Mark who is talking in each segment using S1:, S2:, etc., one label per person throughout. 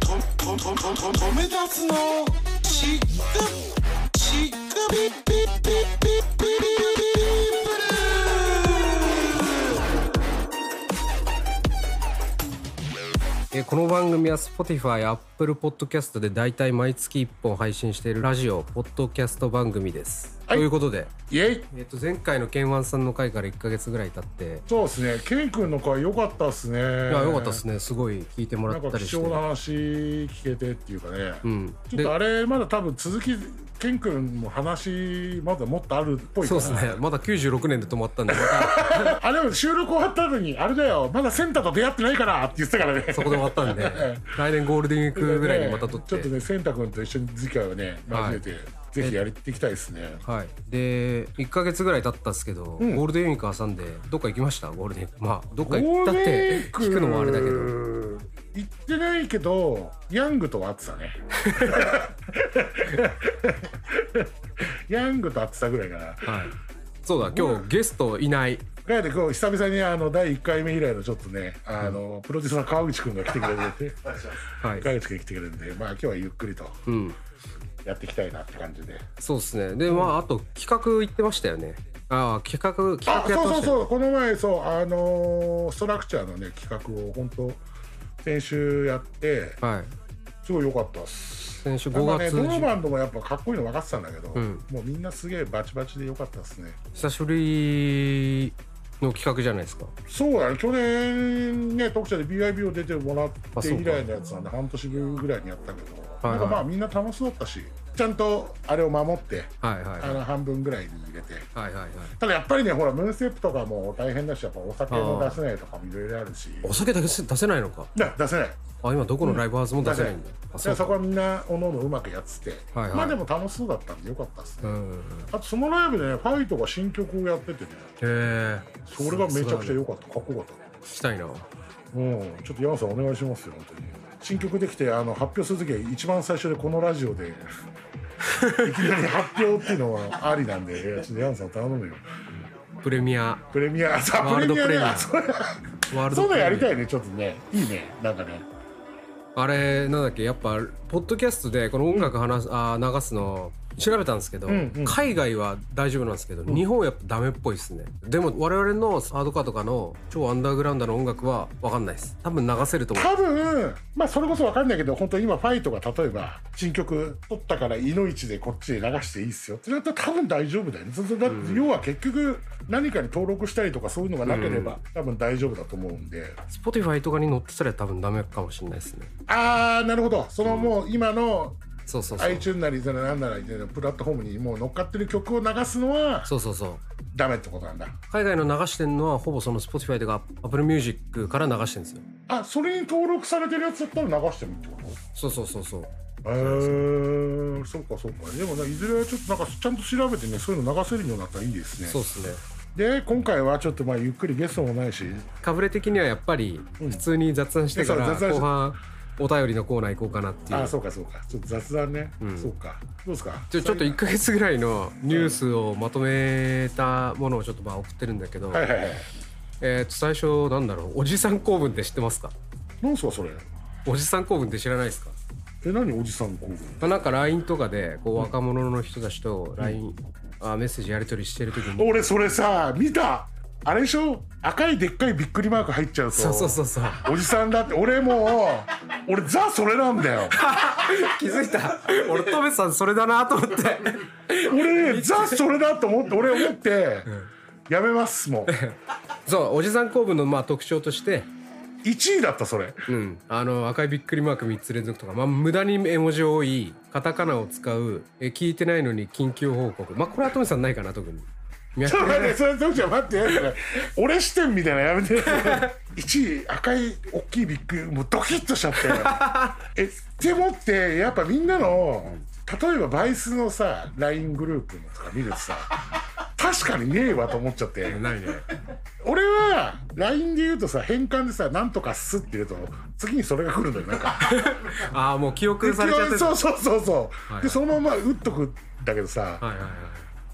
S1: ととととめ立つのチックチックビッビッビッビッビ
S2: えーこの番組は Spotify、Apple Podcast で大体毎月1本配信しているラジオ、ポッドキャスト番組です。
S3: はい
S2: ということで、
S3: イエイ
S2: えっと前回のケンワンさんの回から1ヶ月ぐらい経って、
S3: そうですねケイ君の回良かったですねい
S2: いや、よかったです
S3: ね
S2: ね。すごい聞いてもら
S3: な
S2: っ
S3: ん
S2: た
S3: か
S2: りし
S3: 貴
S2: て。
S3: 重な話聞けてっていうかね、
S2: うん。
S3: ちょっ
S2: で
S3: と、あれまだ多分続きケン君も話まだもっとあるっぽいか
S2: そう
S3: ら
S2: ですね。まだ96年で止まったん で、また
S3: あれも収録終わった後にあれだよまだセンターと出会ってないからって言ってたからね
S2: そこで終わったんで、来年ゴールデンウィークぐらいにまた撮っ
S3: ちょってと。ねセンタ君と一緒に次回はね
S2: はい
S3: 交えて、ぜひやっていきたいですね
S2: はい、で1か月ぐらい経ったんですけど、ゴールデンウィーク挟んでどっか行きましたゴールデンウィークまあどっか行ったって聞くのもあれだけど
S3: 行ってないけどヤングとは会ってたねヤングと会ってたぐらいかな
S2: はい、そうだ今日ゲストいない
S3: ガヤでこう久々にあの第1回目以来のちょっとねあの、プロデューサーの川口君が来てくれて、ね、
S2: はい、
S3: 川口君が来てくれるんでまあ今日はゆっくりと
S2: うん、
S3: やっていきたいなって感じで
S2: そうですねでまああと企画行ってましたよねああ企画企
S3: あ
S2: 画やっ
S3: そ
S2: てました
S3: うそう
S2: よ
S3: そうこの前そうあのーストラクチャーのね企画を本当先週やって
S2: はい
S3: すごい良かったっす
S2: 先週
S3: やっ
S2: 5
S3: ぱね
S2: 月
S3: どの
S2: 10
S3: バンドもやっぱかっこいいの分かってたんだけど、
S2: ん
S3: もうみんなすげえバチバチで良かったですね
S2: 久しぶりの企画じゃないですか
S3: そうだね去年ね特茶で BIB を出てもらって以来のやつなんで半年分ぐらいにやったけど、
S2: いはい
S3: なんかまあみんな楽しそうだったしちゃんとあれを守って
S2: はいはい
S3: あ
S2: はい
S3: の半分ぐらいに入れて
S2: はいはい
S3: ただやっぱりねほらムーンステップとかも大変だしやっぱお酒も出せないとかもいろいろあるし
S2: お酒だけ出せ出せないのか
S3: だ出せない
S2: あ今どこのライブハウスも出せないんだ、あ
S3: だか
S2: そうか
S3: らそこはみんなおのおのうまくやってて、
S2: はいはい
S3: まあでも楽しそうだったんでよかったです
S2: う
S3: ね、
S2: んうん
S3: あとそのライブでねファイトが新曲をやっててね
S2: へえ
S3: それがめちゃくちゃ良かったかっこよかった
S2: 聞きたいな
S3: うん、ちょっと山さんお願いしますよ本当に新曲できてあの発表する時は一番最初でこのラジオ でいきなり発表っていうのはありなんでいやちょっと山さん頼むよ
S2: プレミア
S3: プレミアさ
S2: ワールド
S3: プレミアね
S2: プワール
S3: そ
S2: ド
S3: ういうのやりた
S2: い
S3: いねちょっとねいいねなんかね
S2: あれなんだっけやっぱポッドキャストでこの音楽話す、あー流すの調べたんですけど、
S3: んうん
S2: 海外は大丈夫なんですけど、日本はやっぱダメっぽいですねでも我々のハードカーとかの超アンダーグラウンドの音楽は分かんないです多分流せると思う
S3: 多分まあそれこそ分かんないけど本当に今ファイトが例えば新曲撮ったから「いのいち」でこっちで流していいっすよってなったら多分大丈夫だよねそそだって要は結局何かに登録したりとかそういうのがなければ、多分大丈夫だと思うんで
S2: Spotify とかに載ってたら多分ダメかもしれないですね
S3: ああなるほどそのもう今の
S2: そうそうそう
S3: iTunes なりそのなんなりでのプラットフォームにもう乗っかってる曲を流すのは
S2: そうそうそう
S3: ダメってことなんだ
S2: 海外の流してんのはほぼその Spotify とか Apple Music から流してんですよ
S3: あそれに登録されてるやつだったら流してもいいってこと
S2: そうそうそうそう
S3: へーそうかそうかでもないずれはちょっとなんかちゃんと調べてねそういうの流せるようになったらいいですね
S2: そうですね
S3: で今回はちょっとまあゆっくりゲストもないし
S2: かぶれ的にはやっぱり普通に雑談してから
S3: うんそう雑談し
S2: 後半お便りのコーナー行こうかなっていう
S3: あそうかそうかちょっと雑談ね、そうかどうですか
S2: ちょちょっと1ヶ月ぐらいのニュースをまとめたものをちょっとまあ送ってるんだけど、
S3: はいはいはい
S2: えー、と最初なんだろうおじさん公文って知ってますか
S3: 何すかそれ
S2: おじさん公文って知らないですか、
S3: え何おじさんこう
S2: まあ、なんか LINE とかでこう若者の人たちと LINE、あメッセージやり取りしてる時に、
S3: 俺それさ見たあれでしょ赤いでっかいびっくりマーク入っちゃうと
S2: そうそうそうそう
S3: おじさんだって俺もう俺ザそれなんだ よ
S2: 気づいた俺トメさんそれだなと思って
S3: 俺ねザそれだと思って俺思ってやめます もう
S2: そうおじさん公文のまあ特徴として
S3: 1位だったそれ
S2: うん、あの赤いびっくりマーク3つ連続とか、まあ、無駄に絵文字多いカタカナを使うえ聞いてないのに緊急報告まあこれはトミさんないかな特に
S3: ちょっと待って、それ、徳ちゃん、待って、それ俺視点みたいなのやめ て。1位、赤い、大きいビッグ、もうドキッとしちゃ って。え、でもって、やっぱみんなの、例えばバイスのさ、LINE グループのとか見るとさ、確かにねえわと思っちゃって。
S2: ないね
S3: 俺は、LINE で言うとさ、変換でさ、なんとかっすって言うと、次にそれが来るんだよ、なん か。
S2: ああもう記憶されちゃってたは
S3: そうそうそうそう。
S2: はい
S3: で、そのまま打っとくんだけどさ、
S2: いはいはい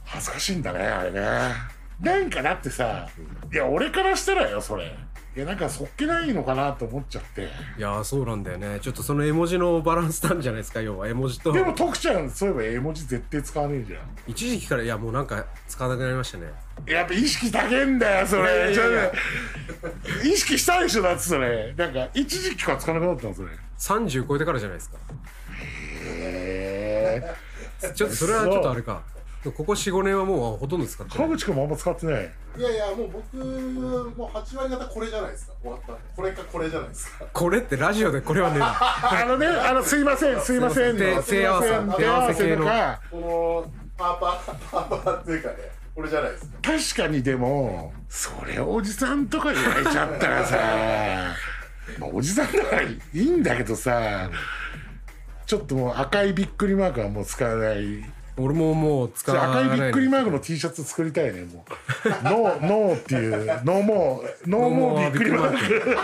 S3: 恥ずかしいんだねあれねなんかだってさいや俺からしたらよそれいやなんかそっけないのかなと思っちゃって
S2: いやーそうなんだよねちょっとその絵文字のバランスなんじゃないですか要は絵文字と
S3: でも徳ちゃんそういえば絵文字絶対使わねえじゃん
S2: 一時期からいやもうなんか使わなくなりましたね
S3: やっぱ意識高えんだよそ
S2: いや
S3: れ
S2: いやいや
S3: ちょっと意識したでしょだってそれなんか一時期からつかなくなったのそれ
S2: 30超えてからじゃないですか
S3: へえ
S2: ちょっとそれはちょっとあれかここ45年はもうほとんど使ってな
S3: 川
S2: い
S3: 口君もあんま使ってない
S4: いやいや、もう僕、もう8割方これじゃないですか。終わったんで。これかこれじゃないですか。
S2: これってラジオでこれはね
S3: あのねあのすいませんすいません
S2: 手
S3: のすいません
S2: 手
S3: 手
S2: 合
S3: 合
S2: わ
S3: わ
S2: せ系
S3: せ
S2: の
S3: とか
S4: この、パーパー、パーパーっていうかね、これじゃないですか。
S3: 確かにでもそれおじさんとか言われちゃったらさ まあおじさんだからいいんだけどさちょっともう赤いびっくりマークはもう使わない
S2: 俺ももう使わな
S3: 赤
S2: い
S3: いびっくりマークの T シャツ作りたいねも うノーノーっていうノーモーノーモーびっくりマーク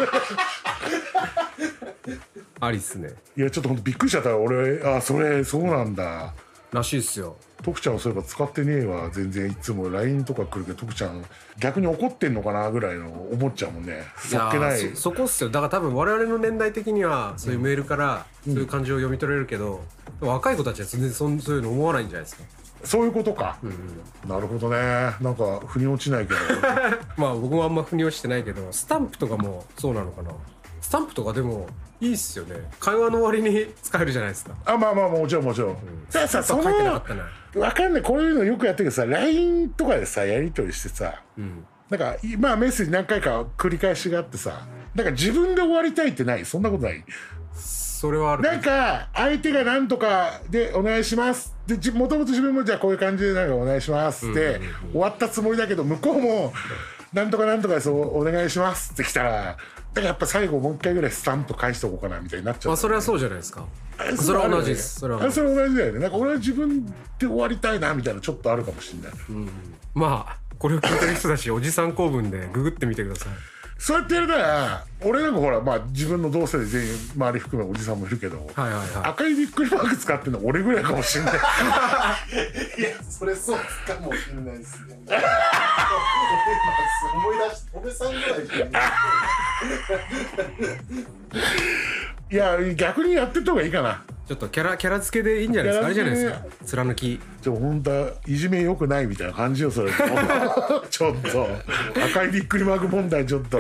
S2: ありっすね
S3: いやちょっとほんとびっくりしちゃった俺あそれそうなんだ
S2: らしいっすよ
S3: 徳ちゃんはそういえば使ってねえわ全然いつも LINE とか来るけど徳ちゃん逆に怒ってんのかなぐらいの思っちゃうもんねそっけない
S2: やーそそこっすよだから多分我々の年代的にはそういうメールからそういう感情を読み取れるけど、若い子たちは全然そんそういうの思わないんじゃないですか
S3: そういうことか、なるほどねなんか腑に落ちないけど
S2: まあ僕もあんま腑に落ちてないけどスタンプとかもそうなのかなスタンプとかでもいいっすよね会話の終わりに使えるじゃないですか
S3: あまあまあもちろんもちろん、さあさあその
S2: 書いてなかったな
S3: わかんないこういうのよくやってるけどさ LINE とかでさやり取りしてさ、なんかいまあメッセージ何回か繰り返しがあってさなんか自分で終わりたいってないそんなことない
S2: それはある
S3: なんか相手がなんとかでお願いしますでじもともと自分もじゃあこういう感じでなんかお願いしますって終わったつもりだけど向こうもなんとかなんとかですおお願いしますって来たらだからやっぱ最後もう一回ぐらいスタンプ返しておこうかなみたいになっちゃ
S2: ま
S3: う
S2: あそれはそうじゃないですか
S3: あ
S2: それは同じですそ
S3: そ
S2: れ
S3: れ
S2: は同
S3: は
S2: じ
S3: それ同じだよねなんか俺は自分で終わりたいなみたいなちょっとあるかもしれない、
S2: まあこれを聞いてる人たちおじさん構文でググってみてください
S3: そうやってやるなら俺なんかほらまあ自分の同世代全員周り含めおじさんもいるけど、
S2: はいはいはい
S3: 赤いびっくりマーク使ってるの俺ぐらいかもしれない
S4: いや、それそうかもしれないですね。思い出し、とめさんぐらいじゃない
S3: いや逆にやってった方がいいかな
S2: ちょっとキャラキャラ付けでいいんじゃないですかあれじ
S3: キ
S2: ゃ
S3: ャ
S2: ない
S3: ラ
S2: です
S3: 付け
S2: か貫き
S3: ちょ本当はいじめよくないみたいな感じよそれ ちょっ と赤いびっくりマーク問題ちょっと、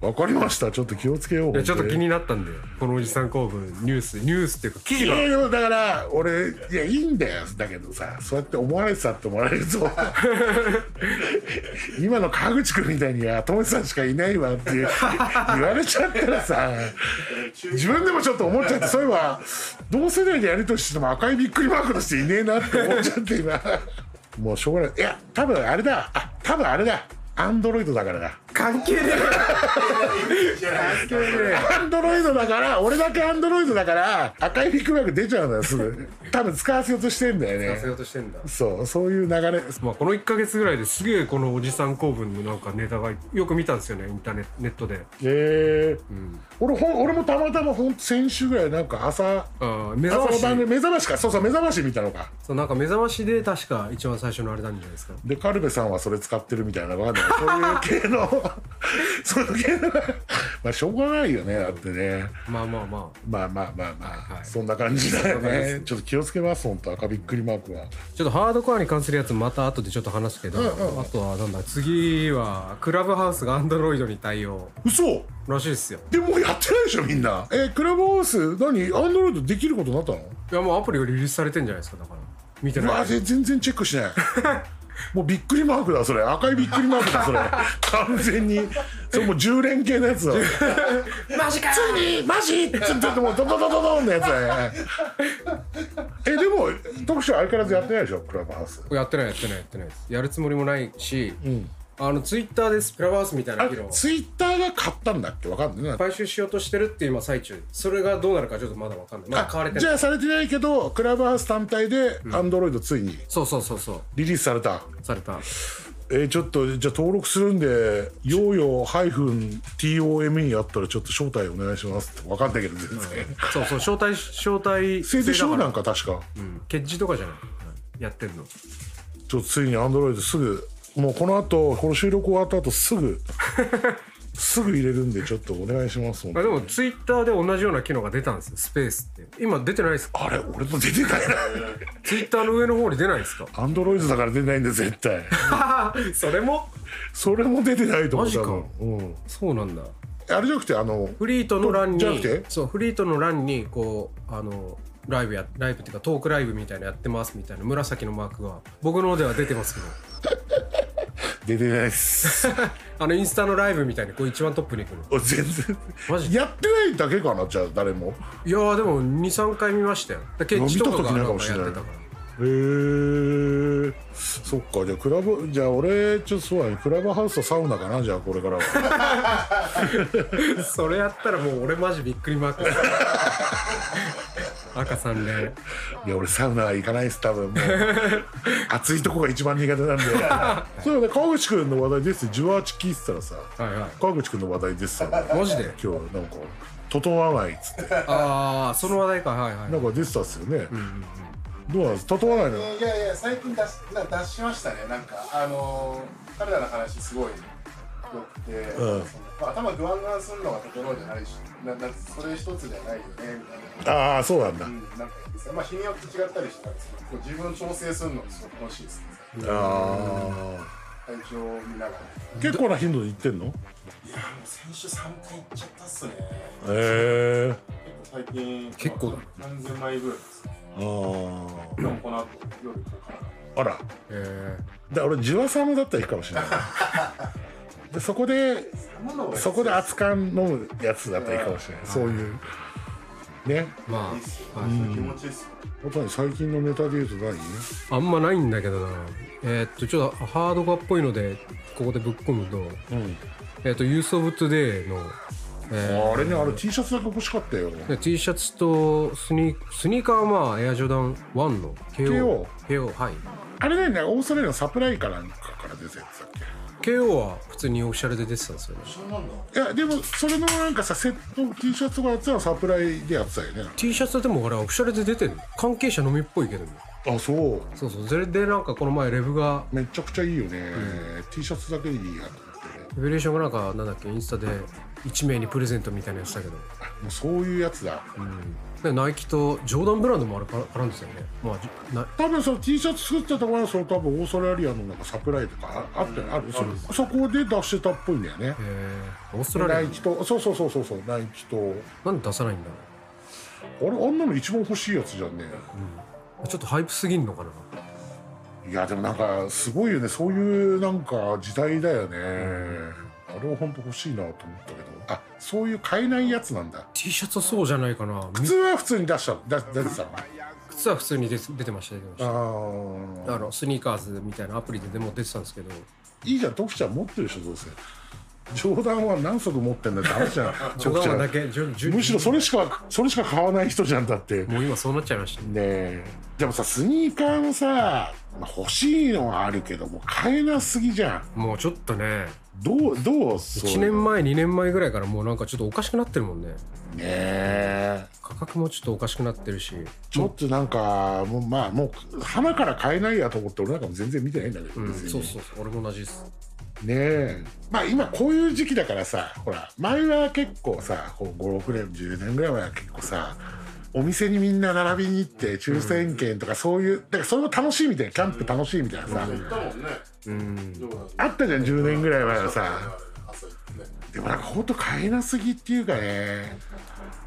S3: わかりましたちょっと気をつけよう
S2: いやちょっと気
S3: い
S2: になったんでこのおじさん構文ニュースニュースっていうか記事が
S3: やいやだから俺いやいいんだよだけどさそうやって思われてたって思われるぞ 今の川口君みたいに「あ友達さんしかいないわ」って言う言われちゃったらさ自分でもちょっと思っちゃってそういえば同世代でやりとりしても赤いびっくりマークとしていねえなって思っちゃって今もうしょうがないいや多分あれだあ多分あれだアンドロイドだからだ
S2: 関係ね
S4: じゃないですか。
S3: アンドロイドだから俺だけアンドロイドだから赤いビッグマーク出ちゃうのよすぐ多分使わせようとしてんだよ
S2: え出せ
S3: ね
S2: ようとしてんだ
S3: そうそういう流れ
S2: まあこの1か月ぐらいですげえこのおじさん構文のなんかネタがよく見たんですよねインターネネットで
S3: えー俺ほん俺もたまたまほん先週ぐらいなんか朝
S2: ああ目
S3: 朝
S2: 覚ま
S3: の
S2: し
S3: 番組目覚ましかそうそう目覚まし見たのか
S2: そうなんか目覚ましで確か一番最初のあれなんじゃないですか
S3: でカルベさんはそれ使ってるみたいなわかんないそういう系 のそういう系のまあしょうがないよねだってね
S2: まあまあまあ
S3: まあまあまあまあ、
S2: はい
S3: そんな感じだよ
S2: そんな感じで
S3: ねちょっと気をつけますほんと赤びっくりマークは。
S2: ちょっとハードコアに関するやつまた後でちょっと話すけど、あとはなんだ次はクラブハウスがアンドロイドに対応
S3: 嘘
S2: らしいですよ
S3: でもやってないでしょみんなえクラブハウス何アンドロイドできることになったの
S2: いやもうアプリがリリースされてんじゃないですかだから見て
S3: う
S2: な
S3: わ
S2: い
S3: ぜ全然チェックし ないもうびっくりマークだそれ赤いびっくりマークだそれ 完全にそれもう10連系のやつだ マジかついにマジちょっともうドドドドドンのやつだねえでも徳島相変わらずやってないでしょクラブハウス
S2: やってないやってないやってないですやるつもりもないし、あのツイッターですクラブハウスみたいな
S3: あ
S2: 議論を
S3: ツイッターが買ったんだっけわかんないな
S2: 買収しようとしてるっていう今最中それがどうなるかちょっとまだわかんないまだ買われて
S3: じ
S2: ない
S3: ゃあされてないけどクラブハウス単体でアンドロイドついに
S2: そうそうそうそう
S3: リリースされた、
S2: された
S3: えーちょっとじゃあ登録するんでヨーヨー -tome にあったらちょっと招待お願いしますって分かんないけど全然、
S2: そうそう招待招待
S3: それでしょ
S2: だか
S3: う
S2: ら
S3: なんか確か
S2: うんケッジとかじゃない、やってるの
S3: ちょっとついにアンドロイドすぐもうこの後この収録終わった後すぐすぐ入れるんでちょっとお願いしますもん
S2: あでもツイッターで同じような機能が出たんですよスペースって今出てないですか
S3: あれ俺の出てないな
S2: ツイッターの上の方に出ないですか
S3: アンドロイドだから出ないんだ絶対
S2: それも
S3: それも出てないと思う
S2: マジか
S3: 多分うん
S2: そうなんだ
S3: あれじゃなくて あの
S2: フリートの欄に
S3: じゃなくて
S2: そうフリートの欄にこうあのライブやライブっていうかトークライブみたいなやってますみたいな紫のマークが僕の方では出てますけど
S3: 出てないっす
S2: あのインスタのライブみたいにこう一番トップに来る
S3: 俺 全然
S2: マジ
S3: やってないだけかなじゃあ誰も
S2: いやーでも23回見ましたよだケンチとかがなんかやってたから
S3: へえそっかじゃあクラブじゃあ俺ちょっとそうだねクラブハウスとサウナかなじゃあこれから は
S2: それやったらもう俺マジびっくりマーク赤さん連
S3: いや俺サウナは行かないです多分もう 暑いとこが一番苦手なん でそうだね川口君の話題ですジュワーチ聞いてたらさ
S2: はいは
S3: 川口君の話題ですよ、ね、
S2: いマジで
S3: 今日なんか整わないっつって
S2: ああその話題かはいはい
S3: なんか出てたっすよね、どうなんです整わないの
S4: えーいやいや最近出しな出しましたねなんかあのー彼らの話すごいよくて、
S3: うん
S4: そのまあ、頭グワングワンするのが整うじゃないしななそれ一つじゃないよねみたいな。
S3: ああそうなんだ、
S4: うん、なんかいいですねまあ日によって違ったりしたんですけどこう自分を調整するのがすごく楽しいですね
S3: あ
S4: 体調を見ながら
S3: あ結構な頻度で行ってんのへ
S4: いやもう先週3回行っちゃったっすね
S3: え
S4: 結構最近
S2: 結構だ
S4: 何千枚ぐらいですね
S3: あ
S4: 今日この後夜行こうかな
S3: ああら
S2: え
S3: だ俺ジュワサムだったらいいかもしれないでそこで
S4: 生の方が
S3: そこで熱燗飲むやつだったらいいかもしれないそういうね
S2: ー、ま
S4: いいっすよ、
S2: あ、はい
S4: 気持ちいいっすよ
S3: 本当に最近のネタで言うと何
S2: あんまないんだけどなえーっとちょっとハード化っぽいのでここでぶっ込むと
S3: うん
S2: えーっとユースオブトゥデイの、え
S3: あれねあれ T シャツだけ欲しかったよ
S2: ー、T シャツとスニースニーカーはまあエアジョーダン1の KO KO はい
S3: あれねオーストラリアのサプライかなんかから出てたやつだっけ
S2: KO は普通にオフィシャルで出てたんですよね
S4: そんなんだ
S3: いやでもそれのなんかさセット T シャツとかやつはサプライでやってたよね
S2: T シャツでもあれオフィシャルで出てる関係者のみっぽいけどね
S3: あそう
S2: そうそうそれでなんかこの前レブが
S3: めちゃくちゃいいよね、T シャツだけでいいやと思って
S2: レベレーションがなんかなんだっけインスタで1名にプレゼントみたいなやつだけど
S3: もうそういうやつだ、
S2: でナイキとジョーダンブランドもあれから絡んでたよねまあじな
S3: 多分その T シャツ作ってたところはその多分オーストラリアのなんかサプライとかああったよねあるそそこで出してたっぽいんだよね
S2: えー、オーストラ
S3: ナ
S2: リ
S3: イキとそうそうそうそうそうナイキとあ
S2: アなんで出さないんだろ
S3: れあんなの一番欲しいやつじゃんね
S2: うちょっとハイプすぎんのかない
S3: やでもなんかすごいよねそういうなんか時代だよね、あれは本当欲しいなと思ったけどあそういう買えないやつなんだ
S2: T シャツはそうじゃないかな
S3: 普通は普通に出したの出出てたの
S2: 靴は普通に出出てました出てました
S3: あ
S2: あのスニーカーズみたいなアプリででも出てたんですけど
S3: ーいいじゃん徳ちゃん持ってるでしょどうせ冗談は何足持ってんだって話じゃん
S2: ジョ
S3: 徳ちゃ
S2: ーダン
S3: ん
S2: だけジョジョ
S3: むしろそれしかそれしか買わない人じゃんだってね
S2: もう今そうなっちゃいました
S3: えでもさスニーカーもさまあ欲しいのはあるけども買えなすぎじゃん
S2: もうちょっとね
S3: どうどうそ
S2: 1
S3: うね
S2: 年前2年前ぐらいからもうなんかちょっとおかしくなってるもんね
S3: え
S2: 価格もちょっとおかしくなってるし
S3: ちょっとなんかもうまあもう花から買えないやと思って俺なんかも全然見てないんだけど、
S2: うん、
S3: 別に
S2: そうそうそう俺も同じです
S3: ねえまあ今こういう時期だからさほら前は結構さ56年10年ぐらい前は結構さお店にみんな並びに行って抽選券とかそういう、だからそれも楽しいみたいなキャンプ楽しいみたいなさ、
S4: 行ったもんね
S2: うん
S3: あったじゃん10年ぐらい前はさ
S4: 朝行ってね
S3: でもなんかほんと買えなすぎっていうかね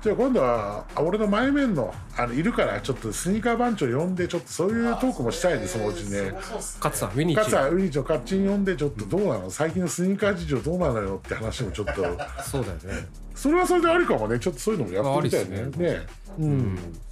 S3: じゃあ今度はあ俺の前面のあのいるからちょっとスニーカー番長呼んでちょっとそういうトークもしたいねそのうちね
S4: そうっす
S2: 勝さん見に行
S3: か
S2: き
S3: つはウニちょカッチン呼んでちょっとどうなの最近のスニーカー事情どうなのよって話もちょっと。
S2: そうだよね
S3: それはそれでありかもねちょっとそういうのもやってみたい
S2: あ
S3: ね
S2: ありっす
S3: ね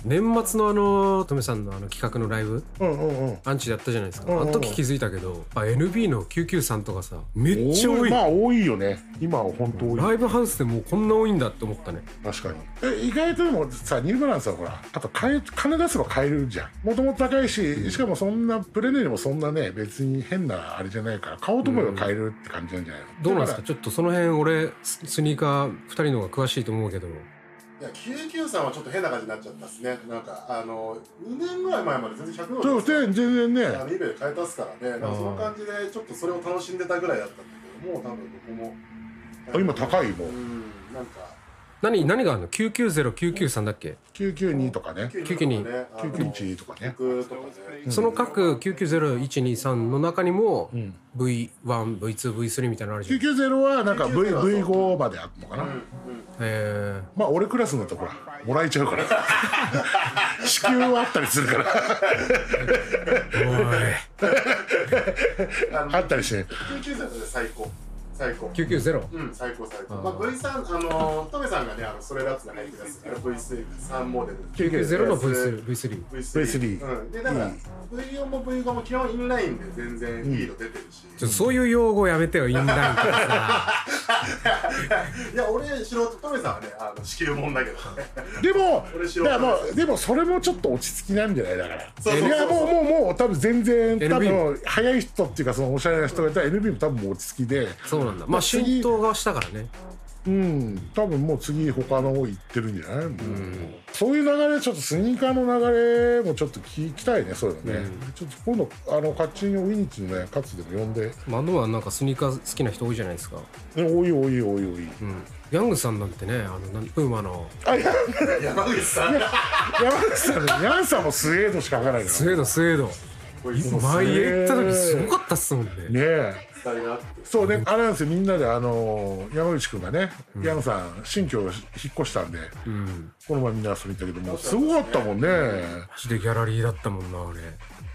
S2: 年末のあのトメさんのあの企画のライブ
S3: うんうんうん
S2: アンチでやったじゃないですか、
S3: うんうん
S2: あの時気づいたけどあ NB の993とかさめっちゃ
S3: 多
S2: 多
S3: い
S2: い、
S3: まあ多いよね今は本当多い、
S2: ライブハウスでもうこんな多いんだって思ったね
S3: 確かにえ意外とでもさニューバランスはほらあと買え金出せば買えるじゃんもともと高いししかもそんなプレネにもそんなね別に変なあれじゃないから買おうと思えば買えるって感じなんじゃないの、
S2: どうなんですか
S3: だ
S2: ちょっとその辺俺ススニーカー2人の方が詳しいと思うけど
S4: いや99さんはちょっと変な感じになっちゃったっすねなんかあの2年ぐらい前まで全然100
S3: らそう
S4: ドルです
S3: 全然ね
S4: あの eBay で買えたっすからねなんかその感じでちょっとそれを楽しんでたぐらいだったんだけどもう多分僕も
S3: あ今高いも
S4: う
S3: うん
S4: なんか
S2: 何何があるの990993だっけ、
S3: 992とかね
S2: 992
S4: ね あの
S3: 991とかね
S4: 僕とかね
S2: その各990123の中にも V1V2V3 みたいなのあるじゃん、
S3: 990はなんか v
S4: 990はそう
S3: V5 まであったのかな、
S2: え
S3: まあ俺クラスのところもらえちゃうから 支給はあったりするから
S2: ー、
S3: あったりして
S4: 99歳で最高最高
S2: 990
S4: うん最高最高まあ V3 あのトメさんがねあのそれラッツが入ってたんですけど V3 モデル
S2: 990の V3, V3
S4: V3
S3: V3
S4: うんでだから V4 も V5 も基本インラインで全然リード出てるし
S2: ちょそういう用語やめてよインラインからさ
S4: いや俺素人トメさんはねあの仕切るもん だけどね
S3: でも
S4: 俺知
S3: だ
S4: らん
S3: からもうでもそれもちょっと落ち着きなんじゃないだから
S4: そうそうそう
S3: やもうもうもう多分全然
S2: LB
S3: 多分早い人っていうかそのおしゃれな人がいたら NB も多分もう落ち着きで
S2: そうなんだまあ
S3: 次
S2: 浸透がしたからね
S3: うん多分もう次他の方行ってるんじゃない、そういう流れちょっとスニーカーの流れもちょっと聞きたいねそういうのね、ちょっと今度あのカッチンをウィニッチのねカツでも呼んで
S2: まああのはなんかスニーカー好きな人多いじゃないですか、
S3: ねおいおいおいお
S2: う
S3: い
S2: ん、ヤングさんなんてねあのなんプーマの
S3: あいや
S4: 山口さん
S3: 山口さんねヤンさんもスウェードしか書かないの
S2: スウェードスウェード
S4: こいつ
S2: 前行った時すごかったっすもんね
S3: ねえ
S4: 二人なって
S3: そうね、あれなんですよ、みんなで、あのー山口君がね、矢野さん、新居を引っ越したんで、
S2: うん
S3: この前みんな遊びに行ったけど、もうすごかったもんね。
S2: マジでギャラリーだったもんなあれ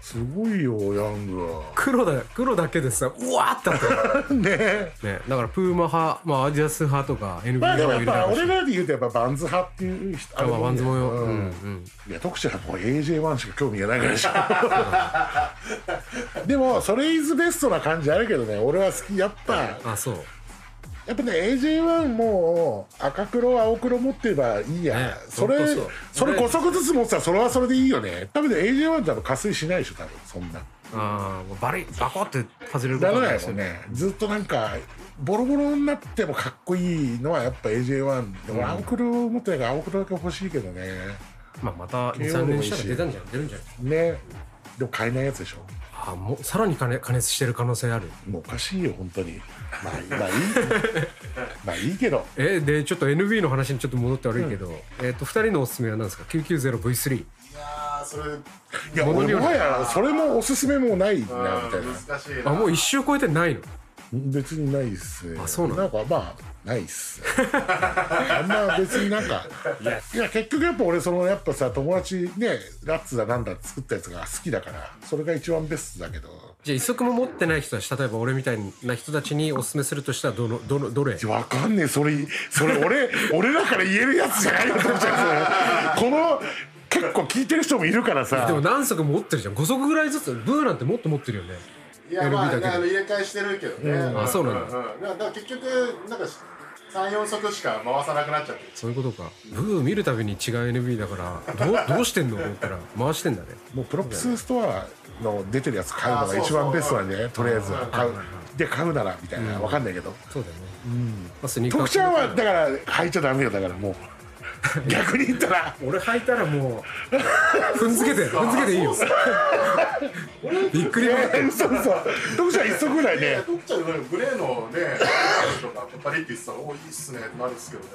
S3: すごいよ、ヤングは。
S2: 黒だ黒だけでさうわーってなったよ
S3: ね
S2: ねだからプーマ派、まあ、アディダス派とか NB
S3: まあで
S2: 派
S3: も
S2: もい
S3: やっ
S2: るだ
S3: ぱ
S2: ろうし
S3: 俺らで言うとやっぱバンズ派っていう人あ
S2: あまあワンズもよ、うん
S3: う、
S2: うんん、
S3: いや徳ちゃんはもう AJ1 しか興味がないからでしょ でもそれイズベストな感じあるけどね俺は好きやっぱ
S2: あそう
S3: やっぱね AJ1 もう赤黒青黒持ってればいいや、
S2: ね
S3: それ
S2: ほん
S3: そ
S2: とそう
S3: れ5足ずつ持ってたらそれはそれでいいよね多分ね AJ1 多分加水しないでしょ多分そんな
S2: あーもうバリバコって外れること
S3: ダ
S2: は
S3: メ
S2: ないで
S3: だよ
S2: すよね
S3: ねずっとなんかボロボロになってもかっこいいのはやっぱ AJ1 でも青黒持ってないから青黒だけ欲しいけどね
S2: まあまた
S3: 慶
S2: 23
S3: 応で
S2: 年
S3: もいいし
S2: したら出たんじゃん出るんじゃない
S3: ねでも買えないやつでしょ
S2: あもうさらに加熱加熱してる可能性ある
S3: もうおかしいよ本当にまあい いまあいいまあいいけど
S2: えでちょっと NB の話にちょっと戻って悪いけど、えっ、と2人のおすすめは何ですか 990V3
S4: いやーそれ
S3: いや
S2: 物に
S3: 俺
S2: よる
S3: もはやそれもおすすめもないなみたいな
S4: うん難しい
S2: あ
S4: な
S2: もう1周超えてないの
S3: 別にないっすね
S2: あそうなの
S3: んかまあないっすあんま別になんかいや結局やっぱ俺そのやっぱさ友達ねラッツだなんだ作ったやつが好きだからそれが一番ベストだけど
S2: じゃあ一足も持ってない人たち例えば俺みたいな人たちにおすすめするとしたらどのどのどれ
S3: わかんねえそれそれ俺 俺らから言えるやつじゃないよと思っちゃうそれこの結構聞いてる人もいるからさ
S2: でも何足も持ってるじゃん5足ぐらいずつブーなんてもっと持ってるよね
S4: いやまあ
S2: LB だけで
S4: あの入れ替えしてるけどね、
S2: んあそうなんだ
S4: うんだから結局なんか34足しか回さなくなっちゃって
S2: そういうことかブー見るたびに違う NB だからどうどうしてんのと思ったら回してんだね
S3: もうプロップスストアの出てるやつ買うの
S4: あ
S3: が
S4: そう
S3: 一番ベストなんじゃないとりあえずは買うで買うならみたいなわかんないけど
S2: そうだよねまあスニーカー
S3: 徳ちゃんはだから履いちゃダメよだから もう逆に言ったら
S2: 俺履いたらもう踏んづけて踏んづけていい よびっくりマーク
S3: そうそう徳ちゃん一足ぐらい
S4: いや
S3: ね
S4: どっちゃグレーのねとかパリって言ってたら「おいいっすね」ってなるんですけどね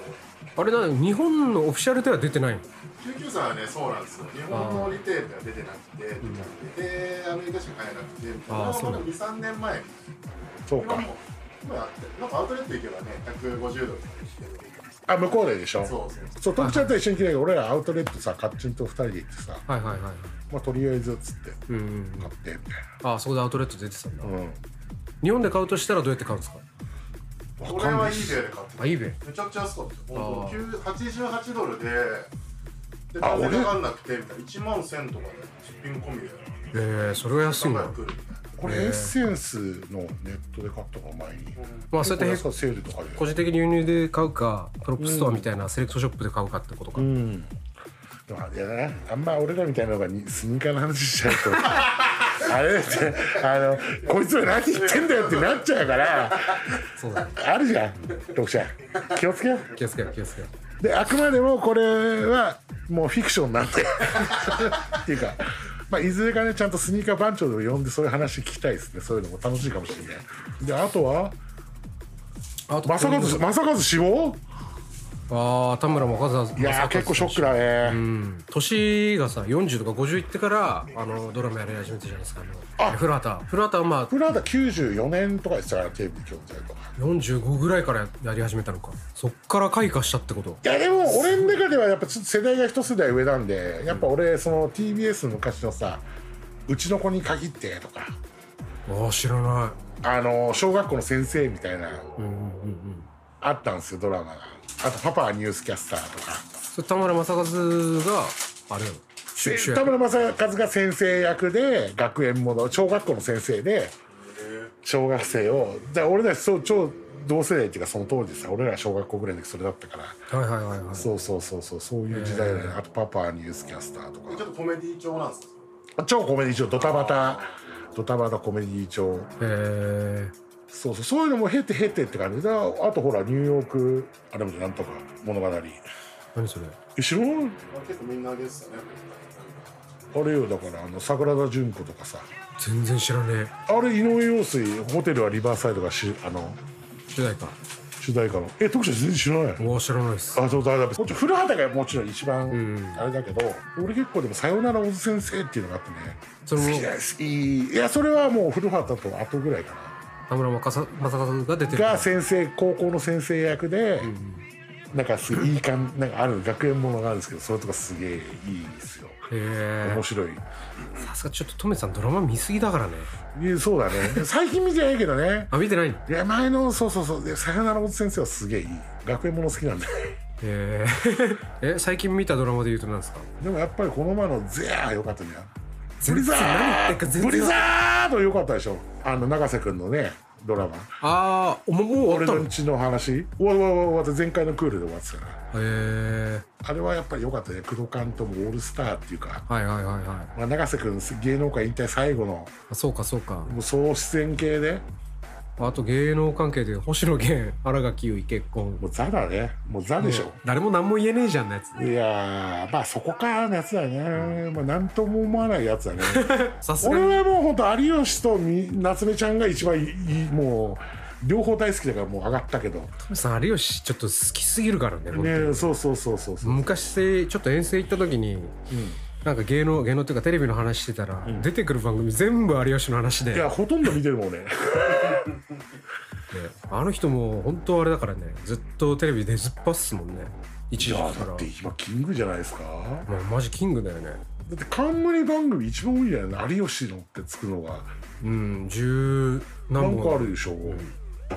S2: あれなの日本のオフィシャルでは出てないの
S4: 19さんはねそうなんですよ日本のリテールが出てなくてでアメリカしか買えなくてみたいな
S2: あーそうなんだ
S4: 23年前に
S3: そう
S4: 今
S3: か
S4: も今やってるなんかアウトレット行けばね150ドルとかで売ってる
S3: あ向こうででしょ
S4: そうそう
S3: そう徳ちゃんと一緒に来ないけど俺らアウトレットさカッチンと二人で行ってさ
S2: はいはいはい
S3: まあとりあえずっつって
S2: うんうんうん
S3: 買ってみたい
S2: ああそこでアウトレット出てたんだ
S3: なうん
S2: 日本で買うとしたらどうやって買うんですか
S4: これは eBay で買って
S2: あ eBay
S4: めちゃくちゃ安かったよ本
S2: あ
S4: 当88ドルでで
S3: あ
S4: 風かかんなくてみたいな1万1000とかで出品込みで
S2: えー、それは安い
S4: 考
S2: な
S4: えくるみたいな
S3: これエッセンスのネットで買ったの前に
S2: まあそうやって
S3: 結構安さセールとかで
S2: 個人的に輸入で買うかプロップストアみたいなセレクトショップで買うかってことか、
S3: うんでもあれだなあんま俺らみたいなのがにスニーカーの話しちゃうとあれだってあのこいつら何言ってんだよってなっちゃうから
S2: そうだね
S3: あるじゃん読者気をつけよ
S2: 気をつけろ気をつけろ
S3: うであくまでもこれはもうフィクションなんでっていうかまあ、いずれかねちゃんとスニーカー番長でも呼んでそういう話聞きたいですねそういうのも楽しいかもしれないであとは
S2: あと
S3: まさかずまさかず死亡
S2: ああ田村も和田
S3: いやー結構ショックだね、
S2: 年がさ40とか50いってからあのドラマやり始めてじゃないですかあの古畑古畑はまあ
S3: プラダ94年とかですからテレビ教材とか
S2: 45ぐらいからやり始めたのかそっから開花したってこと
S3: いやでも俺の中ではやっぱちょっと世代が一世代上なんでやっぱ俺その TBS の昔のさ「うちの子に限って」とか
S2: ああ知らな
S3: あの小学校の先生みたいな、あったんですよドラマがあと「パパはニュースキャスター」とか
S2: いそれ田村正和があれなの主
S3: で
S2: 主
S3: 田
S2: 役
S3: 村正和が先生役で学園もの小学校の先生で小学生をだから俺たちそう超同世代っていうかその当時さ俺ら小学校ぐらいの時それだったから
S2: はいはいはいはい
S3: そうそうそうそうそういう時代だねあと「パパはニュースキャスター」とか
S4: ちょっとコメディ調なんですか
S3: 超コメディ調ドタバタドタバタコメディ調
S2: え
S3: そうそうそういうのも経て経てって感じであとほらニューヨークあれもなんとか物語
S2: ー、何それ
S3: え知らない
S4: あ結構みんなあげてたね
S3: あれよだからあの桜田淳子とかさ
S2: 全然知らね
S3: あれ井上陽水ホテルはリバーサイドがしあの
S2: え主題歌
S3: 主題歌のえ徳ちゃん全然知らない
S2: おお知らないっす
S3: あそうだだこっち古畑がもちろん一番あれだけど、俺結構でも「さよなら小津先生」っていうのがあってね
S2: それも
S3: 好きだ好きいやそれはもう古畑と後ぐらいかな
S2: 田村正和が出てる
S3: が先生高校の先生役で、なんかすごいいい感なんかある学園ものがあるんですけどそれとかすげえいいですよ
S2: え
S3: 面白い
S2: えさすがちょっとトメさんドラマ見すぎだからね
S3: いやそうだね最近見てないけどね
S2: あ見てないへ
S3: いや前のそうそうそうで「さよならおつ先生」はすげえいい学園もの好きなんで
S2: え え最近見たドラマで言うと何ですか
S3: でもやっぱりこの前の「ゼアー」よかったじゃんブ
S2: 全
S3: リ
S2: 然
S3: ザ
S2: 何言ってるか
S3: ー
S2: 全
S3: ブ
S2: 然
S3: リザードよかったでしょあの永瀬君のねドラマ
S2: ああもうもう終わ
S3: 俺
S2: った
S3: の
S2: の
S3: う
S2: へ
S3: ちの話終わ終わ終わって前回のクールで終わってたから
S2: え
S3: あれはやっぱりよかったね黒監ともオールスターっていうか
S2: はいはいはいはい
S3: まあ、永瀬君芸能界引退最後の
S2: あそうかそうか
S3: もう総出演系で
S2: あと芸能関係で星野源新垣結衣結婚
S3: もうザだねもうザでしょ、
S2: 誰も何も言えねえじゃんのやつ
S3: いやーまあそこからのやつだね、まあなんとも思わないやつだね
S2: さすが
S3: 俺
S2: に
S3: はもう本当有吉とみ夏目ちゃんが一番いいもう両方大好きだからもう上がったけど
S2: トムさん有吉ちょっと好きすぎるからね本当に
S3: ねそうそうそうそうそう
S2: 昔ちょっと遠征行った時に、なんか芸能芸能っていうかテレビの話してたら、出てくる番組全部有吉の話で
S3: いやほとんど見てるもんね
S2: ねあの人も本当あれだからねずっとテレビ出ずっぱっすもんね一
S3: い
S2: 時
S3: や
S2: 期
S3: だ
S2: から
S3: って今キングじゃないですかだ
S2: もうマジキングだよね
S3: って冠番組一番多いんじゃないの有吉のってつくのが
S2: うん十何
S3: なん
S2: 本
S3: かあるでしょ、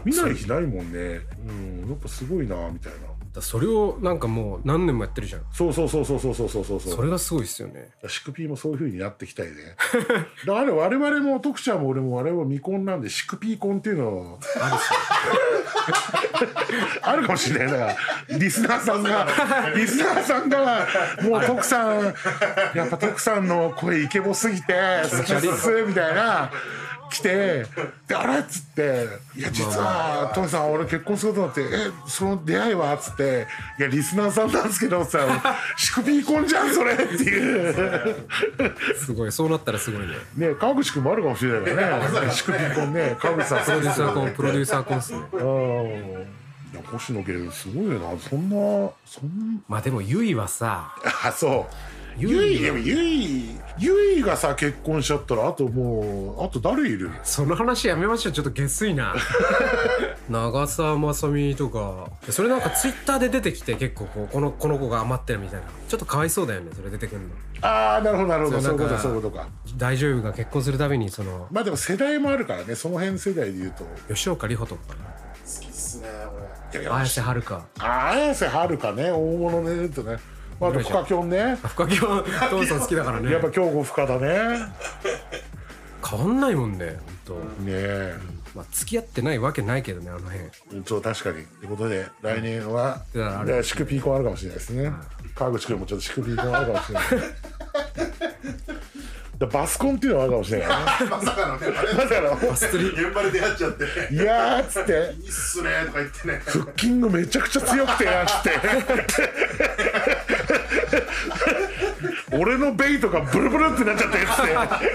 S3: 見ない日ないもんねうんやっぱすごいなみたいな
S2: それをなんかもう何年もやってるじゃん
S3: そうそうそうそうそうそうそうそう
S2: それがすごいっすよね
S3: シクピーもそういう風になってきたいね だから我々も徳ちゃんも俺も我々も未婚なんでシクピー婚っていうのを
S2: あるし
S3: あるかもしれないだからリスナーさん がリスナーさんがもう徳さんやっぱ徳さんの声イケボすぎて好きっすみたいな来てであれっつって「いや実はトミさん俺結婚することになってえその出会いは?」っつって「いやリスナーさんなんですけどさ仕組み婚じゃんそれ」っていう
S2: すごいそうなったらすごいね
S3: ね川口君もあるかもしれないからね仕組み婚ね川口さん
S2: プロデューサーコンプロデューサーコンっすね
S3: いや星野源すごいよなそんなそんな
S2: まあでもゆいはさ
S3: あそう
S2: ゆ
S3: ゆい
S2: い
S3: でもゆいゆいがさ結婚しちゃったらあともうあと誰いる
S2: その話やめましょうちょっと下水な長澤まさみとかそれなんかツイッターで出てきて結構こうこのこの子が余ってるみたいなちょっとかわいそうだよねそれ出てくるの
S3: ああなるほどなるほど
S2: そ
S3: そ
S2: う
S3: ういう
S2: な
S3: こと
S2: ん
S3: か
S2: か
S3: そういうことか
S2: 大女優が結婚するたびにその
S3: まあでも世代もあるからねその辺世代で言うと
S2: 吉岡里帆とか
S4: 好きっすね
S3: いやいや
S2: 綾瀬はるか
S3: あ綾瀬はるかね大物で言うとねまああとフカキョンね
S2: 深木は父さん好きだからね
S3: やっぱ京子フカ だね
S2: 変わんないもんね本
S3: ねえ
S2: 当まあ付き合ってないわけないけどねあの辺
S3: うんそう確かにってことで来年は
S2: うんだからあれ
S3: ねシクピーコンあるかもしれないですね川口君もちょっとシクピーコンあるかもしれ ないだバスコンっていうのはあるかもし れないね
S4: 俺まさかのねあれ
S3: だから
S2: バス釣り
S4: 現場で出会っちゃって「
S3: いやーっつって
S4: いいっすね」とか言ってね
S3: フッキングめちゃくちゃ強くてやって俺のベイとかブルブルってなっちゃったや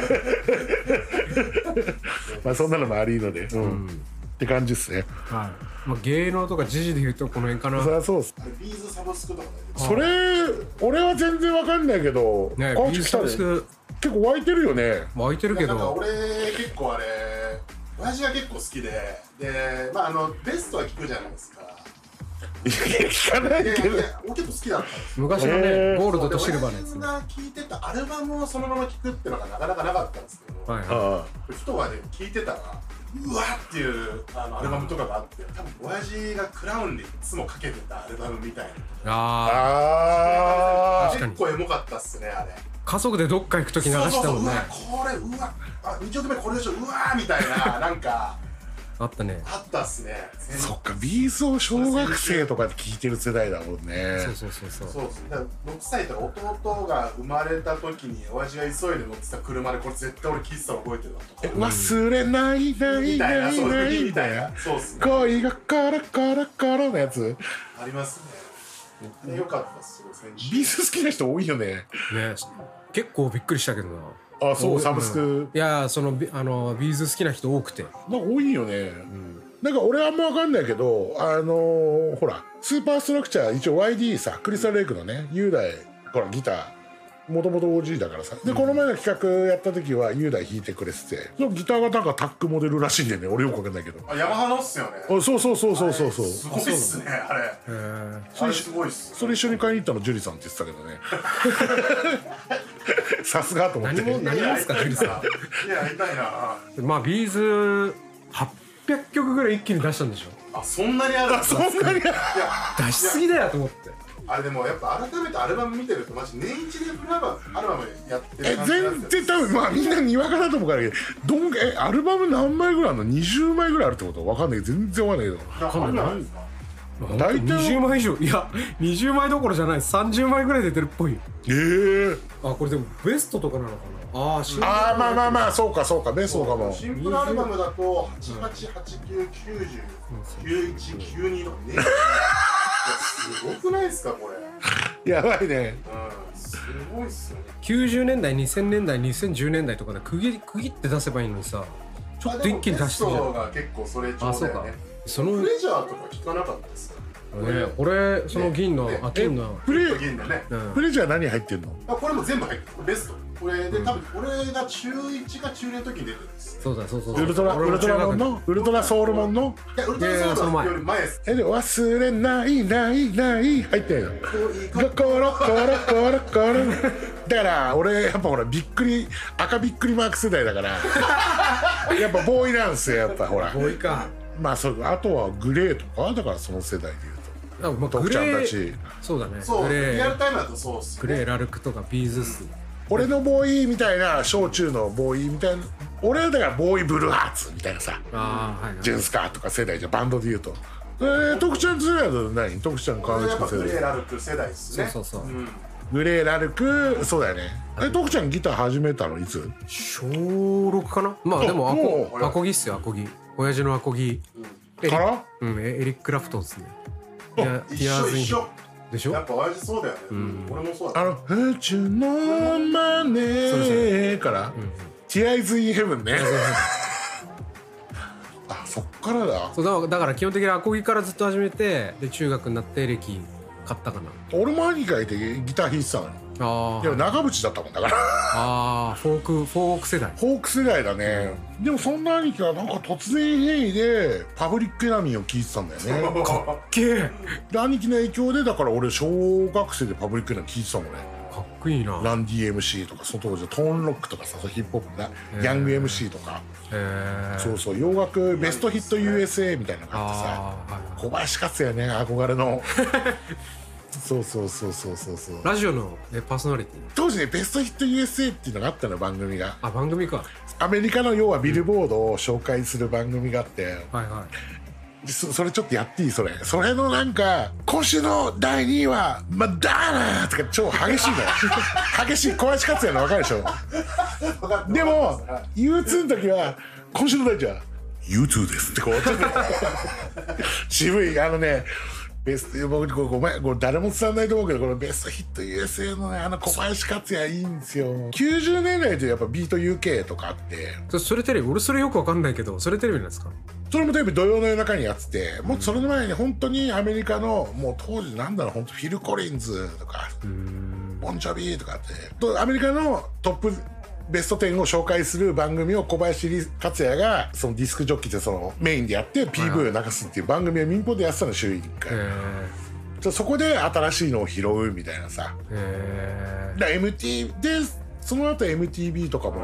S3: つでまあそんなのもありので、うんって感じですね
S2: はいまあ、芸能とか時事で言うとこの辺かな
S3: そりゃそうです
S4: あれビーズサブスクとかだよね
S3: それ俺は全然わかんないけど、
S2: ね
S3: 川
S2: ビー
S3: 内
S2: ス
S3: 来た
S2: ト
S3: で
S2: リス
S3: 結構湧いてるよね
S2: 湧いてるけ
S4: なんか
S2: ど
S4: 俺結構あれ親父が結構好きででまああのベストは聞くじゃないですか
S3: いや聞かない
S4: で
S3: けど
S4: 俺結構好きだったんです
S2: 昔のね、
S3: えー
S2: ゴールドとシルバーのやつね
S4: が聴いてたアルバムをそのまま聴くってのがなかなかなかったんですけど、
S2: はいは
S3: あ
S4: ふとはね聴いてたらうわっていうあのアルバムとかがあって多分親父がクラウンでいつもかけてたアルバムみたい
S2: いあ
S3: あ
S2: 確
S4: な
S2: かに
S4: 結構エモかったっすねあれ
S2: ー家族でどっか行く時流
S4: そう
S2: し
S4: そう
S2: たも
S4: そうんう
S2: ね
S4: わこれうわあ2曲目これでしょうわみたいななんか
S2: あったね
S4: あったっすね
S3: そっかビーズを小学生とかで聞いてる世代だもんね
S2: そうそうそうそう
S4: そうですね。だから6歳とか弟が生まれた時に親父が急いで乗ってた車でこれ絶対俺聞いてたの覚えてるわと
S3: え
S4: か。
S3: 忘れないない
S4: みたいな、
S3: な
S4: そ
S3: いうな
S4: いう
S3: い
S4: み
S3: み
S4: た
S3: た
S4: い
S3: いな
S4: な。そうですね。
S3: 恋がカラカラカラのやつ
S4: ありますね。ねよかったっすよ、先
S3: ビーズ好きな人多いよね
S2: ね結構びっくりしたけどな
S3: あそうサブスク
S2: いやーそのビあのビーズ好きな人多くて
S3: なんか多いよね、なんか俺あんま分かんないけどあのーほらスーパーストラクチャー一応 YD さクリスタル・レイクのね雄大ほらギターもともと OG だからさで、この前の企画やった時は雄大弾いてくれててそのギターがなんかタックモデルらしいんだよね俺よく分かんないけど
S4: あ、ヤマハのっすよね。
S3: あそうそうそうそうそうそう
S4: すごいっすね、あれ。
S2: へー
S4: あれすごいっすよ。
S3: それ一緒に買いに行ったのジュリさんって言ってたけどね さすがと思って
S2: 何も何もっすかジュリさ
S4: ん。いや、会いたいな。
S2: んまあビーズ800曲ぐらい一気に出したんでしょ
S4: あ、そんなにあるん だ
S3: そんなに
S2: 出しすぎだよと思って
S4: あれでもやっぱ改めてアルバム見てるとマジ年一でプラバアルバムやって
S3: え
S4: る感じなん
S3: 全
S4: ですよ
S3: 然多分まあみんなにわかだと思うからけどどんえアルバム何枚ぐらいあるの20枚ぐらいあるってことわかんないけど全然わかんないけ
S4: なあるんじゃないですか
S3: 大体
S2: 20枚以上いや20枚どころじゃない30枚ぐらい出てるっぽいよ
S3: どええ
S2: あこれでもベストとかなのかなあーシングル
S3: ああまあまあまあそうかそうかベストかも
S4: シンプルアルバムだと8889909192のねいやすごくないですかこれう
S3: やばいね
S4: んすごいっすよね
S2: 90年代2000年代2010年代とかで区切り区切って出せばいいのにさちょっと一気に出してるじゃ
S4: あでも
S2: ん
S4: テストが結構それ
S2: あ
S4: 調
S2: そ
S4: だ
S2: う
S4: よ
S2: か
S4: ね
S2: その
S4: プ
S2: ね
S4: レジャーとか聞かなかったですか
S2: 俺その銀の
S4: ね
S2: あ金の
S3: プレ
S4: 銀でね
S2: うん
S3: プレジャー何入ってんの
S4: あこれも全部入ってるこれベストこれで多分俺が中1か中2の時に出てるんですよ
S2: そうだそうそう
S3: ウルトラ
S2: 俺
S3: ウ
S2: も
S3: ルト
S2: 中
S3: ラ
S2: 学
S3: モンのウルトラソウルモンの
S4: いやウルトラソウルより前です
S3: えで忘れないないない入ってんの
S4: いいか
S3: コロコロコロコロだから俺やっぱほらびっくり赤びっくりマーク世代だからやっぱボーイなんすよやっぱほら
S2: ボーイか
S3: まあそうあとはグレーとかだからその世代でいうと
S2: あまあ
S3: 徳
S2: グ
S3: ち
S2: レ
S3: ゃんた
S2: ー
S3: ち
S2: そうだね
S4: そう
S2: グレ
S4: リアル
S2: ー
S4: タイムだとそうっす
S2: グレーラルクとかビーズス
S3: 俺のボーイみたいな小中のボーイみたいな俺はだからボーイブルーハーツみたいなさ
S2: ああはい
S3: ジェンスカーとか世代じゃんバンドでいうとえー、徳ちゃん世代だと何徳ちゃん
S4: こ
S3: 川
S4: れや
S3: 口
S4: っぱ
S3: 君
S4: グ
S3: 世代
S4: レーラルク世代ですね
S2: そうそうそうん
S3: グレーラルクそうだよねえ徳ちゃんギター始めたのいつ
S2: 小6かなまあでもア
S3: も
S2: コアコギっすよアコギ親父のアコギエリ
S3: から
S2: うんエエリック・クラフトンですねティアテ
S4: 一
S2: ィアー
S4: 緒
S2: ズイン
S4: 一緒
S2: でしょ
S4: やっぱ親父そうだよね、俺もそうだ
S3: あの「宇宙のマネー」から「ティアイズ・イン・ヘブン」ね あそっからだ
S2: そうだからだから基本的にアコギからずっと始めてで中学になってエレキ買ったかな
S3: 俺も兄貴いてギター弾いてたのよ
S2: あ
S3: でも長渕だったもんだから
S2: ああフォークフォーク世代
S3: フォーク世代だね、でもそんな兄貴はなんか突然変異でパブリックエナミーを聴いてたんだよ ね
S4: かっ
S2: けえ
S3: で兄貴の影響でだから俺小学生でパブリックエナミー聴いてたもんね
S2: かっこいいなへ
S3: ランディ MC とかその当時のトーンロックとかさそうヒップホップなヤング MC とか、
S2: え
S3: そうそう洋楽ベストヒット USA みたいなのがあってさ
S2: ああはい
S3: 小林克也ね憧れ のそうそうそうそうそうそう
S2: ラジオのえパーソナリティ
S3: 当時ねベストヒット USA っていうのがあったの番組が
S2: あ番組か
S3: アメリカの要はビルボードを紹介する番組があって
S2: はいはい
S3: そそれちょっとやっていいそれそれのなんか今週の第2位はマダーナとか超激しいのよ激しい小林克也の分かるでしょでも U2 の時は今週の第1位は U2 ですってこうちょっと渋いあのねベスト僕これごめんこれ誰も伝わんないと思うけどこのベストヒット USA のねあの小林克也いいんですよ90年代でやっぱビート UK とかあって
S2: そそれテレビ俺それよくわかんないけどそれテレビなんですか
S3: それもテレビ土曜の夜中にやっててもうそれの前に本当にアメリカのもう当時なんだろう本当フィル・コリンズとかボンジョビーとかってとアメリカのトップベスト10を紹介する番組を小林克也がそのディスクジョッキーでそのメインでやって PV を流すっていう番組を民放でやってたの週1回
S2: へえ
S3: じゃあそこで新しいのを拾うみたいなさ
S2: へ
S3: だ MT でその後 MTV とかも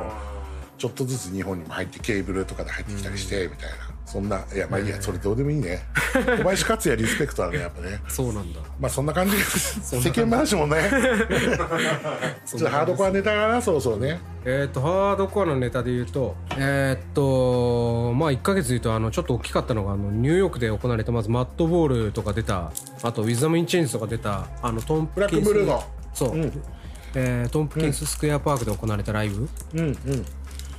S3: ちょっとずつ日本にも入ってケーブルとかで入ってきたりしてみたいなそんないやまあいいやそれどうでもいい ね小林克也リスペクトだねやっぱね
S2: えそうなんだ
S3: まあ そんな感じです世間話も ねちょっとハードコアネタがなそろそろね
S2: えー、とハードコアのネタで言うとえーっとまあ1ヶ月で言うとあのちょっと大きかったのがあのニューヨークで行われたまずマットボールとか出たあとウィズダム・イン・チェンズとか出たあのトンプ
S3: ブラッ
S2: キ
S3: ク
S2: ンス
S3: ブルーの
S2: そう、えートンプキンススクエアパークで行われたライブ、
S3: うんうん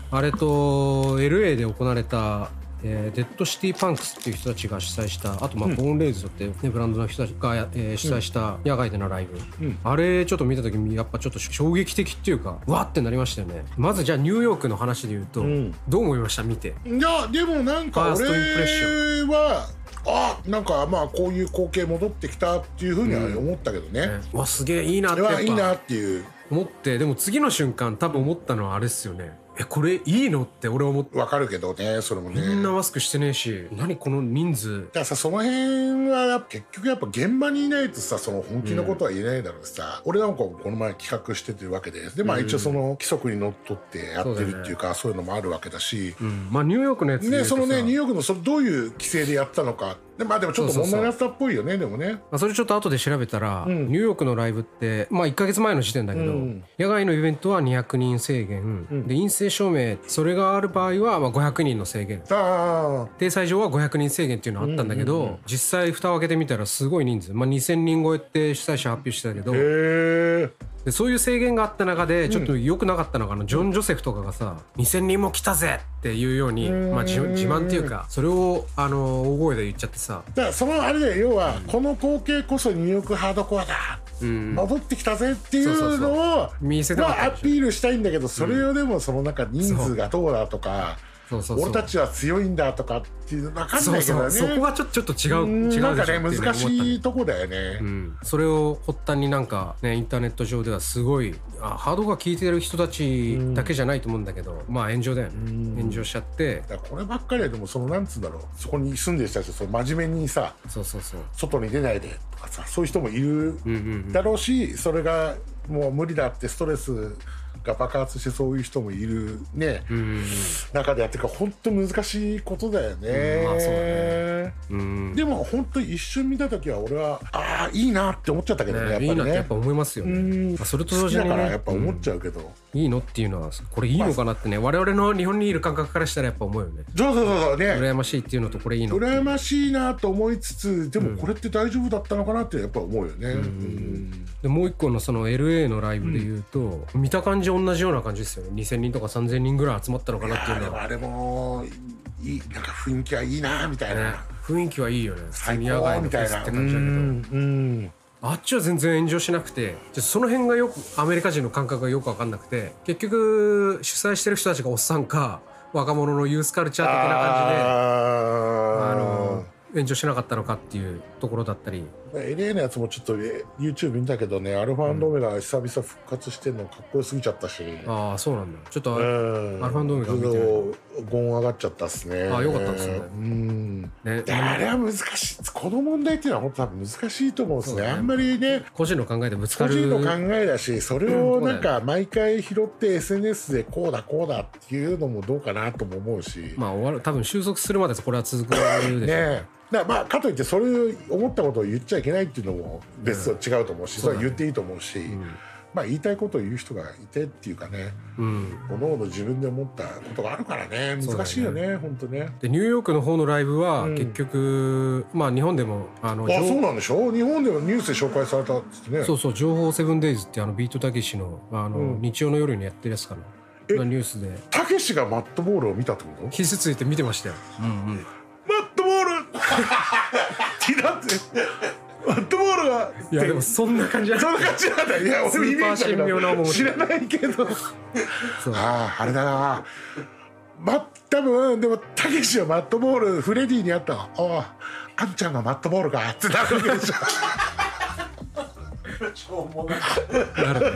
S2: あれと LA で行われた、えーデッドシティパンクスっていう人たちが主催したあとまあ、ボーンレイズドっていう、ね、ブランドの人たちが、えー主催した野外でのライブ、あれちょっと見た時にやっぱちょっと衝撃的っていうかわってなりましたよねまずじゃあニューヨークの話で言うと、どう思いました見て
S3: いやでもなんか
S2: ファース
S3: 俺
S2: トインプレッショ
S3: はあなんかまあこういう光景戻ってきたっていうふうには思ったけどね、
S2: ねわすげえいいなっ
S3: あ
S2: て
S3: れ
S2: やっ
S3: は
S2: ぱ
S3: いいなっていう
S2: 思ってでも次の瞬間多分思ったのはあれっすよねえこれいいのって俺は思って
S3: わかるけどねそれもね
S2: みんなマスクしてねえし何この人数
S3: だからさその辺はやっぱ結局やっぱ現場にいないとさその本気のことは言えないだろうしさ、俺なんかもこの前企画しててるわけででまあ一応その規則にのっとってやってるっていうかそう,、いうのもあるわけだし、
S2: うんまあニューヨークのやつで言
S3: ね
S2: うと
S3: そのね
S2: さ
S3: ニューヨークのそれどういう規制でやったのかでまあでもちょっと問題になったっぽいよねでもね
S2: まあ、それちょっと後で調べたら、ニューヨークのライブって、まあ、1か月前の時点だけど、
S3: うん
S2: 野外のイベントは200人制限、で陰性証明それがある場合はまあ500人の制限
S3: ああ
S2: 定裁上は500人制限っていうのあったんだけど、実際蓋を開けてみたらすごい人数、まあ、2000人超えって主催者発表してたけど
S3: へえ
S2: でそういう制限があった中でちょっと良くなかったのが、あのジョン・ジョセフとかがさ「2000人も来たぜ!」っていうように、まあ、自自慢っていうかそれをあの大声で言っちゃってさ
S3: だからそのあれだよ要はこの光景こそニューヨークハードコアだ、戻ってきたぜっていうのを
S2: 見せた
S3: ま
S2: かった
S3: あア
S2: でしょ
S3: ピールしたいんだけどそれをでもその中人数がどうだとか、
S2: そうそうそう
S3: 俺たちは強いんだとかっていうの分かん
S2: そ
S3: な
S2: う
S3: いけ
S2: そ
S3: ど
S2: う
S3: ね
S2: そこがちょちょっと違う
S3: う
S2: 違う
S3: ん
S2: でしょ
S3: なんか
S2: ってい
S3: ね
S2: うのを思った
S3: 難し
S2: ね
S3: いとこだよね、
S2: うんそれを発端になんかねインターネット上ではすごいあハードが効いてる人たちだけじゃないと思うんだけど、まあ炎上だよね炎上しちゃって
S3: だからこればっかりはでもそのなんつうんだろうそこに住んでる人たちはその真面目にさ
S2: そうそうそう
S3: 外に出ないでとかさそういう人もいる
S2: うんうん
S3: だろうし、それがもう無理だってストレスが爆発してそういう人もいるね、
S2: うんうん
S3: 中でやってるから本当難しいことだよね,、
S2: うんまあそうだねうん
S3: でも本当一瞬見た時は俺はああいいなって思っちゃったけどねやっ
S2: ね
S3: ぱ
S2: い
S3: り
S2: いなってや
S3: ね
S2: っぱ思いますよね、まあ、それと
S3: 好
S2: 同
S3: き
S2: 時
S3: だ
S2: に、
S3: からや
S2: ね
S3: っ、ぱ思っちゃうけど、
S2: いいのっていうのはこれいいのかなってね我々の日本にいる感覚からしたらやっぱ思うよね
S3: そうそうそうそうね
S2: 羨ましいっていうのとこれいいのっていう
S3: 羨ましいなと思いつつでもこれって大丈夫だったのかなってやっぱ思うよね、うん
S2: でもう一個のその LA のライブで言うと、見た感じ同じような感じですよね2000人とか3000人ぐらい集まったのかなってい
S3: あ
S2: う
S3: れ
S2: の
S3: も
S2: は、
S3: あれもいいなんか雰囲気はいいなみたい
S2: ね
S3: な、
S2: 雰囲気はいいよね普通
S3: 最
S2: に野外
S3: 高
S2: の
S3: み
S2: フ
S3: た
S2: ェ
S3: い
S2: スっ
S3: な
S2: て感じだ
S3: う
S2: けど、
S3: んうん
S2: あっちは全然炎上しなくてじゃあその辺がよくアメリカ人の感覚がよく分かんなくて結局主催してる人たちがおっさんか若者のユースカルチャー的な感じであ
S3: あ
S2: の炎上しなかったのかっていうところだったり
S3: LA のやつもちょっとえ YouTube 見たけどねアルファオメガ久々復活してんのかっこよすぎちゃったし、うん
S2: ああそうなんだちょっとあ、ア
S3: ア
S2: ルファオメガ見てない
S3: ゴン上がっちゃったっすね
S2: あよかったですね
S3: うん
S2: ね
S3: であれは難しいこの問題っていうのは本当多分難しいと思うんです
S2: そう
S3: ね
S2: だね
S3: あんまりね
S2: 個人の考えでぶつか
S3: 個
S2: る
S3: 人の考えだしそれをなん
S2: う
S3: か毎回拾って SNS でこうだこうだっていうのもどうかなとも思うし
S2: まあ終わる多分収束するまでこれは続くでしょう
S3: ねだからまあかといってそれを思ったことを言っちゃいけないっていうのも別と違うと思うし、それは言っていいと思うし、まあ言いたいことを言う人がいてっていうかね、
S2: うん、
S3: 各々自分で思ったことがあるからね難しいよね本当ね。
S2: でニューヨークの方のライブは結局、まあ日本でもあの
S3: あ
S2: 情
S3: そうなんでしょ日本でもニュースで紹介されたっつってね
S2: そうそう情報セブンデイズってあのビートたけしのあの、日曜の夜にやってるやつかなまあニュースで
S3: たけしがマットボールを見たってことマッ
S2: 傷ついて見てましたよ、
S3: トボールティラってフットボールが
S2: いやでもそんな感じだ
S3: そんな感じなんだいや俺もイメージだ
S2: ス
S3: け
S2: ーパー神妙な
S3: ど
S2: 面
S3: 知
S2: 白い
S3: らないけど
S2: そう
S3: あああれだなまあ多分でもたけしはマットボールフレディに会ったら「あああんちゃんがマットボールか」ってなるわけで しょ
S4: しょうもない
S2: なるね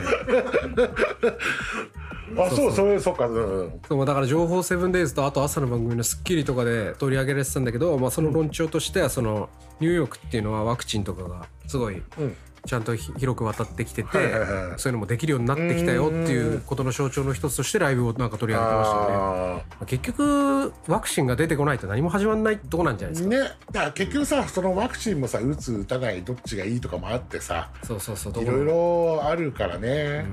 S3: あそうそれそっかうん
S2: そうまあだから情報セブンデイズとあと朝の番組の『スッキリ』とかで取り上げられてたんだけど、まあ、その論調としてはそのニューヨークっていうのはワクチンとかがすごい
S3: ん
S2: ちゃんとひ広く渡ってきてて
S3: はいはいはい
S2: そういうのもできるようになってきたよっていうことの象徴の一つとしてライブをなんか取り上げてましたよね。
S3: あ
S2: まあ結局ワクチンが出てこないと何も始まんないとこなんじゃないで
S3: ー
S2: すか。
S3: ねだから結局さそのワクチンもさ打つ打たないどっちがいいとかもあってさ
S2: そうそうそう。
S3: いろいろあるからね、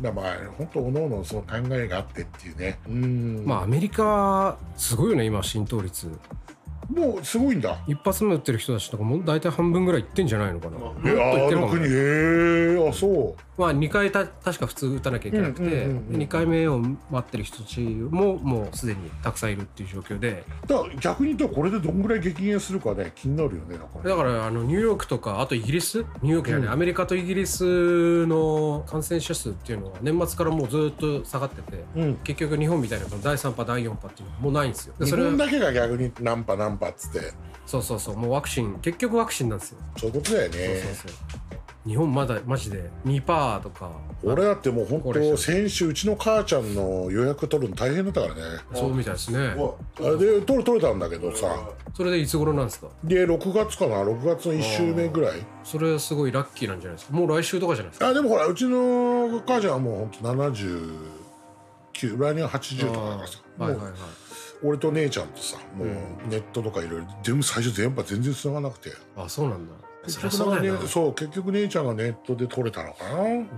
S3: だからまあ本当おのおのその考えがあってっていうねうん
S2: まあアメリカはすごいよね今浸透率。
S3: もうすごいんだ
S2: 一発目打ってる人たちとかもう大体半分ぐらいいってんじゃないのかな。もっと
S3: え
S2: いっ
S3: あ
S2: てるか
S3: の
S2: もね
S3: 国へえあそう
S2: まあ、2回た確か普通打たなきゃいけなくて、
S3: うんうんうんうん
S2: 2回目を待ってる人たちももうすでにたくさんいるっていう状況で
S3: だから逆に言うとこれでどんぐらい激減するかね気になるよねだから
S2: だからあのニューヨークとかあとイギリスニューヨークじゃない、アメリカとイギリスの感染者数っていうのは年末からもうずっと下がってて、
S3: うん
S2: 結局日本みたいなこの第3波第4波っていうのはもうないんですよで
S3: 日
S2: それは
S3: 本だけが逆にナンパナンパっつって
S2: そうそうそうもうワクチン結局ワクチンなんですよ、
S3: そういうことだよね
S2: そうそうそう日本まだマジで2%とか
S3: 俺だってもう
S2: こ
S3: 本
S2: れ
S3: 当先週うちの母ちゃんの予約取るの大変だったからね
S2: そうみたいですね
S4: お
S3: あれで取る取れたんだけどさ
S2: それでいつ頃なんですか
S3: で6月かな6月の1週目ぐらい
S2: それはすごいラッキーなんじゃないですかもう来週とかじゃないですか
S3: あでもほらうちの母ちゃんはもうほんと79来年は80とかだからさ
S2: はいはい
S3: も
S2: は
S3: う
S2: い
S3: 俺と姉ちゃんとさもうネットとかいろいろ全部最初全部全然繋がなくて
S2: あそうなんだそ
S3: 結
S2: りゃそう
S3: 局
S2: だよ
S3: なん
S2: な
S3: かねそう結局姉ちゃんがネットで取れたのかな
S2: うん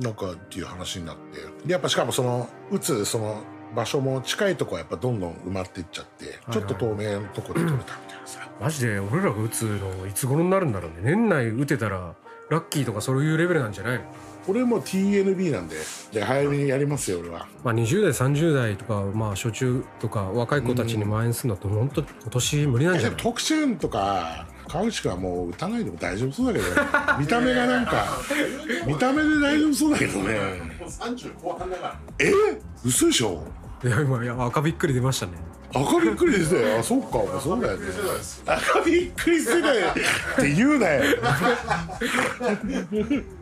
S3: なんかっていう話になってでやっぱしかもその打つその場所も近いとこはやっぱどんどん埋まっていっちゃって、
S2: はい
S3: ちょっと透明のとこで取れたみたいなさ、
S2: マジで俺らが打つのいつ頃になるんだろうね年内打てたらラッキーとかそういうレベルなんじゃないの
S3: 俺も TNB なんでで早めにやりますよ俺は
S2: まあ20代30代とかまあ初中とか若い子たちに蔓延するのって本当今年無理なんじ
S3: で
S2: ゃ
S3: も
S2: ない
S3: 徳ちゃんとか川口君はもう打たないでも大丈夫そうだ けど見た目がなんか見た目で大丈夫そうだけどね
S4: もう30後半だから
S3: え嘘でしょ
S2: いや今いや赤びっくり出ましたね
S3: 赤びっくりですよあそっかもうそうだよね
S4: 世代です
S3: 赤びっくり世代って言うなよ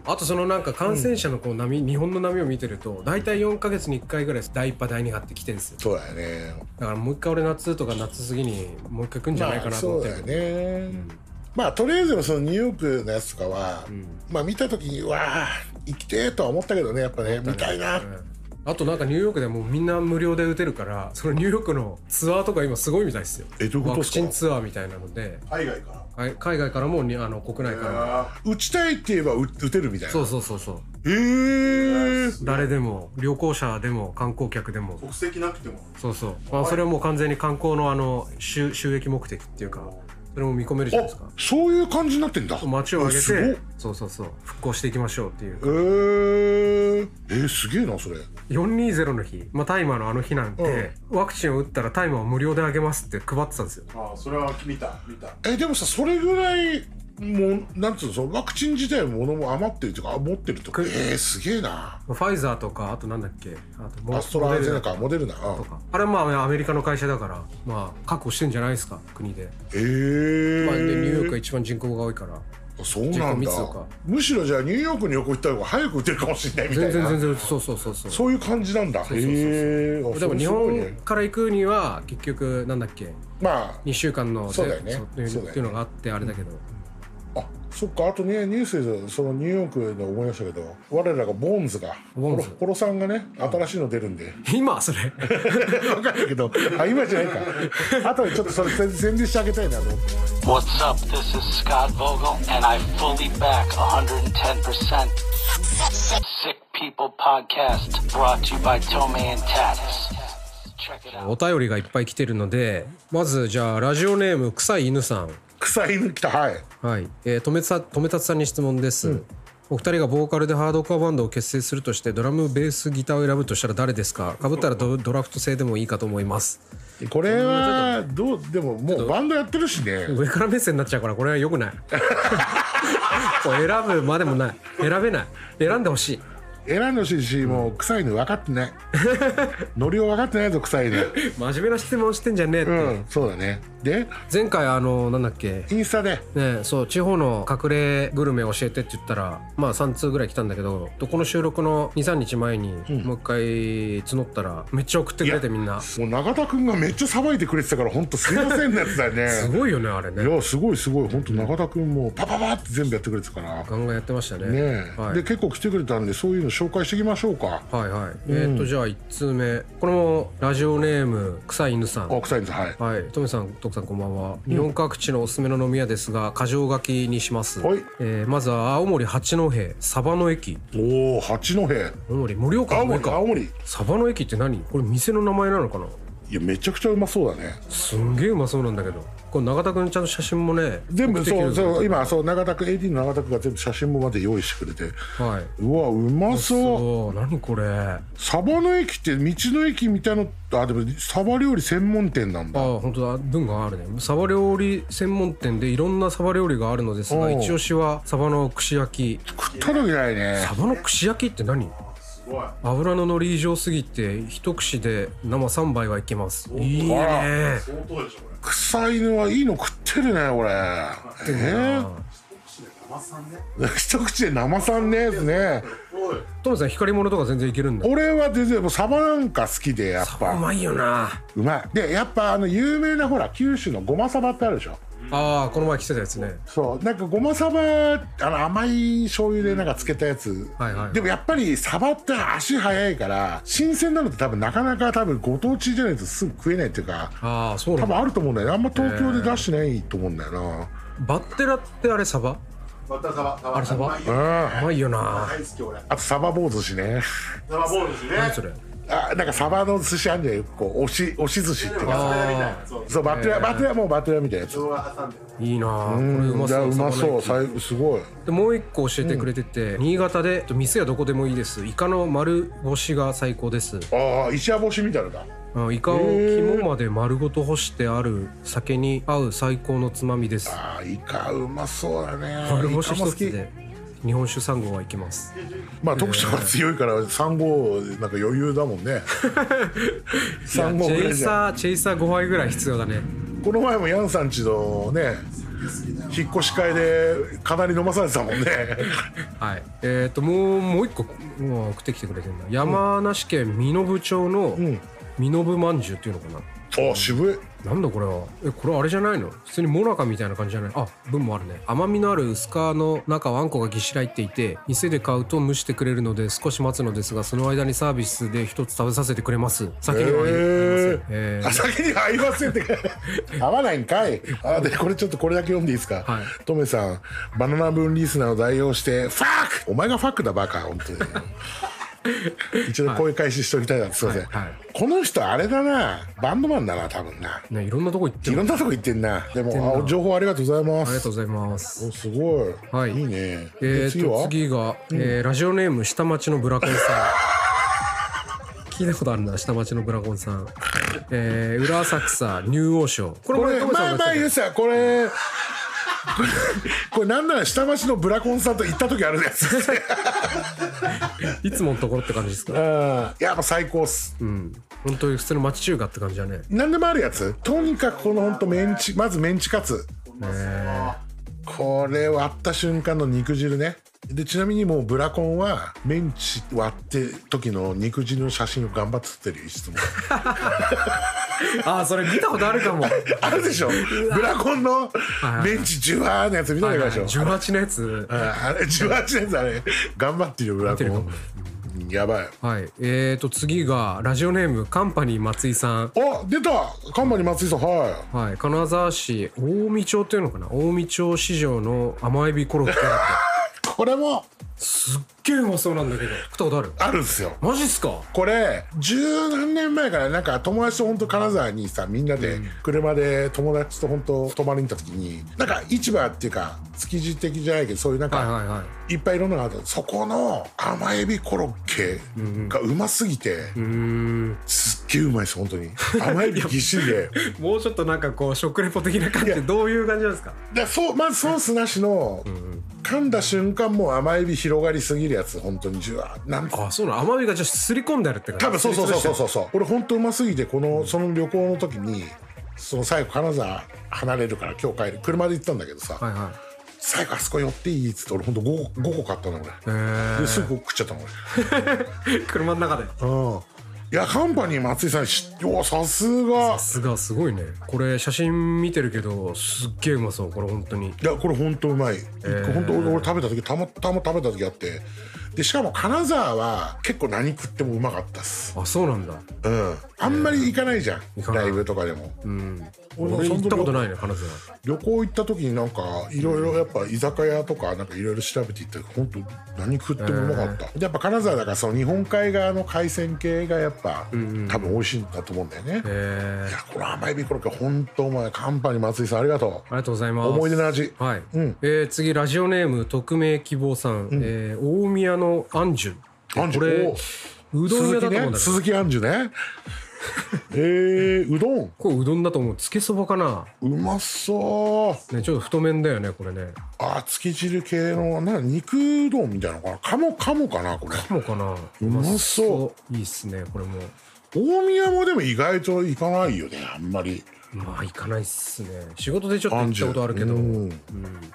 S2: あとそのなんか感染者のこう波、日本の波を見てると大体4か月に1回ぐらい第1波第2波って来てるんですよ
S3: そうだよね
S2: だからもう一回俺夏とか夏過ぎにもう一回来るんじゃないかなと思ってるけど、
S3: まあ、そうだよね、まあとりあえずそのニューヨークのやつとかは、まあ見た時にうわあ行きてえとは思ったけどねやっぱね見たいな、
S2: あとなんかニューヨークでもうみんな無料で打てるからそのニューヨークのツアーとか今すごいみたいですよ
S3: えどういうこと
S2: ワ
S3: っ
S2: ク
S3: すか
S2: チンツアーみたいなので
S4: 海外から
S2: はい海外からもにあの国内からも
S3: 打ちたいって言えば打打てるみたい
S2: そ
S3: な
S2: うそうそうそう
S3: へえ
S2: 誰でも旅行者でも観光客でも
S4: 国籍なくても
S2: そうそう、まあ、それはもう完全に観光のあの収収益目的っていうかそれも見込めるじゃないですか
S3: あそういう感じになってんだ
S2: 街を挙げ
S3: あすごって
S2: そうそうそう復興していきましょうっていう
S3: えー、えー、すげえなそれ
S2: 420の日、まあ、タイマーのあの日なんて、ワクチンを打ったらタイマーを無料であげますって配ってたんですよ
S4: ああそれは見た見た
S3: えでもさそれぐらいもうなんつうのそのワクチン自体ものも余ってるというかあ持ってるとか
S2: く
S3: えー、すげえな
S2: ファイザーとかあとなんだっけあとモ
S3: アストラゼネ
S2: モデ
S3: カモデルナうん
S2: ルナとかあれはまあアメリカの会社だからまあ確保してんじゃないですか国で,、
S3: えー
S2: まあ、でニューヨークが一番人口が多いから
S3: そう
S2: 自
S3: なんだ
S2: 己密度か
S3: むしろじゃあニューヨークに旅行行った方が早く打てるかもしれないみたい
S2: 全
S3: な
S2: 然全然そうそうそうそう
S3: そういう感じなんだ
S2: うそうそう
S3: へえあ
S2: でも
S3: それ
S2: 日
S3: すごいね
S2: 本から行くには結局なんだっけ
S3: ま
S2: 2週間の
S3: そうだよね
S2: そうっていう
S3: そうだよね
S2: っていうのがあってあれだけど、
S3: ああそっかあとねニュースでそのニューヨークで思い出したけど我らがボーンズが
S2: ボーンズ
S3: ホロホロさんがね新しいの出るんで
S2: 今そ れ
S3: 分かるけどあ今じゃないかあとでちょっとそれ宣宣伝してあげたいなと思って
S5: What's up? This is Scott Vogel, and I fully back 110%. Sick People Podcast, brought to you by Tomei and Tatis. Check it out.
S2: お便りがいっぱい来てるのでまずじゃあラジオネーム臭い犬さん
S3: 臭い犬来たはい
S2: はい、えー、とめたとめたつさんに質問です、お二人がボーカルでハードコアバンドを結成するとしてドラムベースギターを選ぶとしたら誰ですかかぶったらドドラフト制でもいいかと思います
S3: これはどうでももうバンドやってるしね
S2: 上から目線になっちゃうからこれは良くない こう選ぶまでもない選べない選んでほしい
S3: 選んでほしいしもう臭いの分かってないノリを分かってないと臭いね
S2: 真面目な質問してんじゃねえって、
S3: うんそうだねで
S2: 前回あのなんだっけ
S3: インスタで
S2: ね、そう地方の隠れグルメ教えてって言ったらまあ3通ぐらい来たんだけどこの収録の23日前にもう一回募ったらめっちゃ送ってくれてみんなす
S3: もう永田君がめっちゃさばいてくれてたから本当すいませんなやつだよね
S2: ごいよねあれね
S3: いやすごいすごい本当永田君もパパパって全部やってくれてたから
S2: ガンガンやってましたね
S3: ねえ、
S2: はい
S3: で、結構来てくれたんでそういうの紹介していきましょうか
S2: はいはいえーっ、とじゃあ1通目これもラジオネーム臭い犬さん
S3: あ臭いんですはい
S2: はい、トミさん、徳さんこんばんは、日本各地のおすすめの飲み屋ですが、箇条書きにします。
S3: はい
S2: えーまずは青森八戸、サバの駅、
S3: おお八戸
S2: 青森盛岡
S3: 青
S2: の上
S3: 森
S2: か
S3: 青。森い
S2: サバの駅って何？これ店の名前なのかな？
S3: やめちゃくちゃうまそうだね
S2: すんげえうまそうなんだけど。これ永田君ちゃんと写真もね、
S3: 全部
S2: 送ってき
S3: そ
S2: て
S3: う
S2: る
S3: そう今そう永田君 AD の永田君が全部写真もまで用意してくれて
S2: はいう
S3: わうまそう
S2: そう何これあ
S3: サバの駅って道の駅みたいなのあでもサバ料理専門店なんだ
S2: 本当だ文があるねサバ料理専門店でいろんなサバ料理があるのです
S3: お
S2: が
S3: う
S2: 一押しはサバの串焼き
S3: 食った時ないね
S2: サバの串焼きって何
S4: すごい
S2: 油の乗り以上すぎて一口で生3杯はいけますいい
S3: あ
S2: ね
S4: 相当でしょこれ
S3: 臭いのはいいの食ってるねこれえ
S4: 一口で生さんね
S3: え 一口で生さんねですね
S4: おい
S2: トムさん光り物とか全然いけるんだ
S3: 俺は全然もうサバなんか好きでやっ
S2: う
S3: ぱ
S2: まいよな
S3: うまいでやっぱあの有名なほら九州のごまサバってあるでしょ
S2: ああこの前来てたやつね
S3: そうなんかごまサバあの甘い醤油でなんかつけたやつ、
S2: はいはい
S3: でもやっぱりサバって足早いから新鮮なのって多分なかなか多分ご当地じゃないとすぐ食えないっていうか
S2: ああそうな
S3: 多
S2: んだ
S3: 分あると思うんだよねあんま東京で出してないと思うんだよな、
S2: バッテラってあれサバ
S4: バッタサバサバ
S2: あれサバ
S4: うまいよ
S3: うん
S2: うまいよな
S4: 大好き俺
S3: あとサバ棒寿司ね
S4: サバボールですね
S2: 何それ
S3: あなんかサバの寿司あんじゃんよこう押し押し寿司っていうか
S4: バッタみたいなそう
S3: そうバッテラ、バッテラもうバッテラみたいなやつ
S4: 動画挟んで
S2: いいなこれ
S3: うん
S2: うまそう
S3: いやうま
S2: サバ
S3: そ
S2: の
S3: う
S2: 駅
S3: さいすごい
S2: でもう一個教えてくれてて、新潟でえっと店はどこでもいいですイカの丸干しが最高です
S3: ああ石屋干しみたいなのだ
S2: うんイカを肝まで丸ごと干してある酒に合う最高のつまみです
S3: ああイカうまそうだね
S2: 丸干
S3: イ
S2: し
S3: カ
S2: 一
S3: も好
S2: つ
S3: き
S2: で日本酒3号はいきます
S3: まあ徳島が強いから3号なんか余裕だ もん
S2: い
S3: ね
S2: やチ
S3: 3号ぐ
S2: ェ
S3: ら
S2: イ
S3: いじ
S2: サ
S3: ゃん
S2: ーチェイサー5杯ぐらい必要だね
S3: この前もヤンさんちのね引っ越し会でかなり飲まされてたも んね
S2: はいえっ、ともうもう一個もう送ってきてくれてるんだ山梨県身延町の身延まんじゅうっていうのかな
S3: あ渋い
S2: なんだこれはえこれあれじゃないの普通にモナカみたいな感じじゃないあ分もあるね甘みのある薄皮の中はあんこがぎっしら入っていて店で買うと蒸してくれるので少し待つのですがその間にサービスで一つ食べさせてくれます先にはありませんえ
S3: え
S2: ー
S3: あ先に合いま せんってか合わないんかいあでこれちょっとこれだけ読んでいいですか、
S2: はい
S3: トメさんバナナ分リスナーを代用してファックお前がファックだバカ 本当に一度声返ししときたいなすいません、
S2: はいはい
S3: この人あれだなバンドマンだな多分な
S2: ねいろんなとこ行って
S3: い
S2: る
S3: ろ
S2: あ
S3: ん
S2: り
S3: なとこ行ってんな。でも、あ情報ありがとうございま
S2: がと
S3: す。
S2: うございます
S3: おすごい。
S2: はい
S3: いね。
S2: え
S3: で
S2: ー、と次が、えーラジオネーム下町のブラコンさん聞いたことあるな下町のブラコンさん、えー、裏浅草竜王賞これ
S3: こ
S2: 前
S3: れ、
S2: トムさ
S3: 前
S2: んが
S3: 前
S2: 言っ
S3: 言っててた、これ。これ、これなんなら下町のブラコンさんと行った時あるや つ。
S2: たいつものところって感じです
S3: う
S2: か
S3: ん、やっぱ最高っす。
S2: 本当に普通の町中華って感じだね
S3: 何でもあるやつ。とにかくこの本当メンチ、まずメンチカツ。これ割った瞬間の肉汁ね。でちなみにもうブラコンはメンチ割って時の肉汁の写真を頑張って撮ってるよ いつも
S2: ああそれ見たことあるかも
S3: あるでしょブラコンのメンチジュワーのやつ見たことあるでしょ
S2: 18のやつ
S3: あれ18年だね頑張ってるよブラコ
S2: てるか
S3: ン
S2: も
S3: うんやばい
S2: はいえー、と次がラジオネームカンパニー松井さん
S3: あ出たカンマに松井さんは
S2: はい金沢市近江町っていうのかな近江町市場の甘エビコロッケだって
S3: いこれも
S2: すっげえうまそうなんだけど食ったことある
S3: あるんですよ
S2: マジっすか
S3: これ十何年前からなんか友達と本当金沢にさみんなで車で友達と本当泊まりに行った時になんか市場っていうか築地的じゃないけどそういうなん
S2: はい
S3: か
S2: はいはい
S3: いっぱいいろんなのがあったそこの甘エビコロッケがうますぎてすっげえうまいです本当に甘エビぎっしりで
S2: もうちょっとなんかこう食レポ的な感じでどういう感じなんですか
S3: でそうまずソースなしの噛んだ瞬間もう甘エビ広がりすぎるやつ本当にじゅわーなん
S2: あそうなの甘みがじゃあすり込んであるって感じ
S3: 多分そうそうそうそうそうそう俺本当うますぎてこのその旅行の時にその最後金沢離れるから今日帰る車で行ったんだけどさ、
S2: はいはい
S3: 最後あそこ寄っていいっつって俺本当五5個5個買ったの
S2: へ
S3: 俺
S2: ー
S3: ですぐ食っちゃったの
S2: 車の中で
S3: 俺うんいやカンパニー松井さんしおおさす
S2: さ
S3: が
S2: すがすごいねこれ写真見てるけどすっげえうまそうこれ本当に
S3: いやこれ本当うまい、本当俺俺食べた時たまたま食べた時あってでしかも金沢は結構何食ってもうまかったっす
S2: あそうなんだ
S3: うんあんまり行かないじゃん、
S2: 行かない
S3: ライブとかでも、俺
S2: 俺
S3: そ
S2: 行
S3: の
S2: っ
S3: 時
S2: たことないね金沢
S3: 旅行行った時になんかいろいろやっぱ居酒屋とかなんかいろいろ調べていったけど本当何食ってもうまかった、やっぱ金沢だからその日本海側の海鮮系がやっぱ、多分美味しいんだと思うんだよね、
S2: え
S3: い
S2: ー
S3: やこの甘エビコロッケ本当お前カンパニー松井さんありがと
S2: ありがとうございま
S3: う
S2: す
S3: 思い出の味
S2: はい、
S3: うん
S2: えー次ラジオネーム匿名希望さん、えー大宮のアンジュ
S3: アンジュ
S2: これうどん
S3: 鈴
S2: 屋だと思うん
S3: 木
S2: だけ
S3: ね
S2: ど
S3: 鈴木アンジュ ねえー、うどん
S2: これうどんだと思うつけそばかな
S3: うまそう
S2: ねちょっと太麺だよねこれね
S3: あつけ汁系のなんか肉うどんみたいなのかなかもかもかなこれ
S2: かもかなう
S3: まそう
S2: ういいっすねこれも
S3: 大宮もでも意外と行かないよねあんまり
S2: まあ行かないっすね仕事でちょっと
S3: ア
S2: 行
S3: ン
S2: っ
S3: ジ
S2: た
S3: ュ
S2: ことあるけど、
S3: うん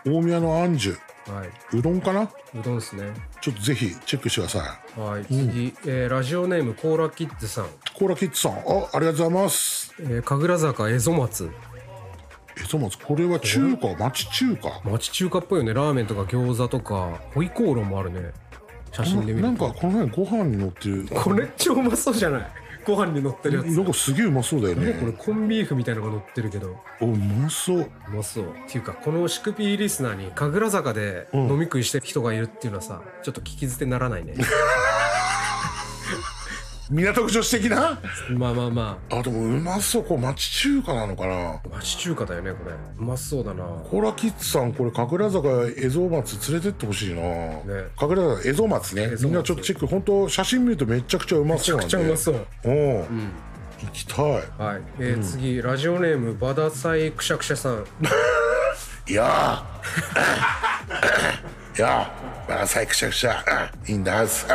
S3: 大宮のアンジュ
S2: はいう
S3: どんかな
S2: うどんっすね
S3: ちょっとぜひチェックしてください
S2: はい次、えーラジオネームコーラキッズさん、
S3: コーラキッズさんあありがとうございます
S2: えー神楽坂蝦夷松
S3: えそうなんですこれは中華町中華
S2: 町中華っぽいよねラーメンとか餃子とかホイコーローもあるね写真で見
S3: な
S2: る
S3: ん
S2: と
S3: かこの前ご飯に乗ってる
S2: これ超うまそうじゃないご飯に乗ってるやつ
S3: なんかすげえうまそうだよね
S2: これコンビーフみたいなのが乗ってるけど
S3: おうまそう
S2: うまそうっていうかこのシクピーリスナーに神楽坂で飲み食いしてる人がいるっていうのはさちょっと聞き捨てならない ね
S3: 港区女子的な
S2: まあまあま
S3: あでもうまそうこれ町中華なのかな
S2: あ町中華だよねこれうまそうだな
S3: コーラキッズさんこれ神楽坂蝦夷松連れてってほしいな、神楽坂蝦夷松ね
S2: 松
S3: みんなちょっとチェック本当写真見るとめちゃくちゃうま
S2: めち
S3: そ
S2: ゃ
S3: うな
S2: く
S3: ん
S2: ち
S3: で
S2: ゃうまそう
S3: うん、行きたい
S2: はい、えー次ラジオネームバダサイクシャクシャさん
S3: いやーいやーバラサイクシャクシャうんいいんだす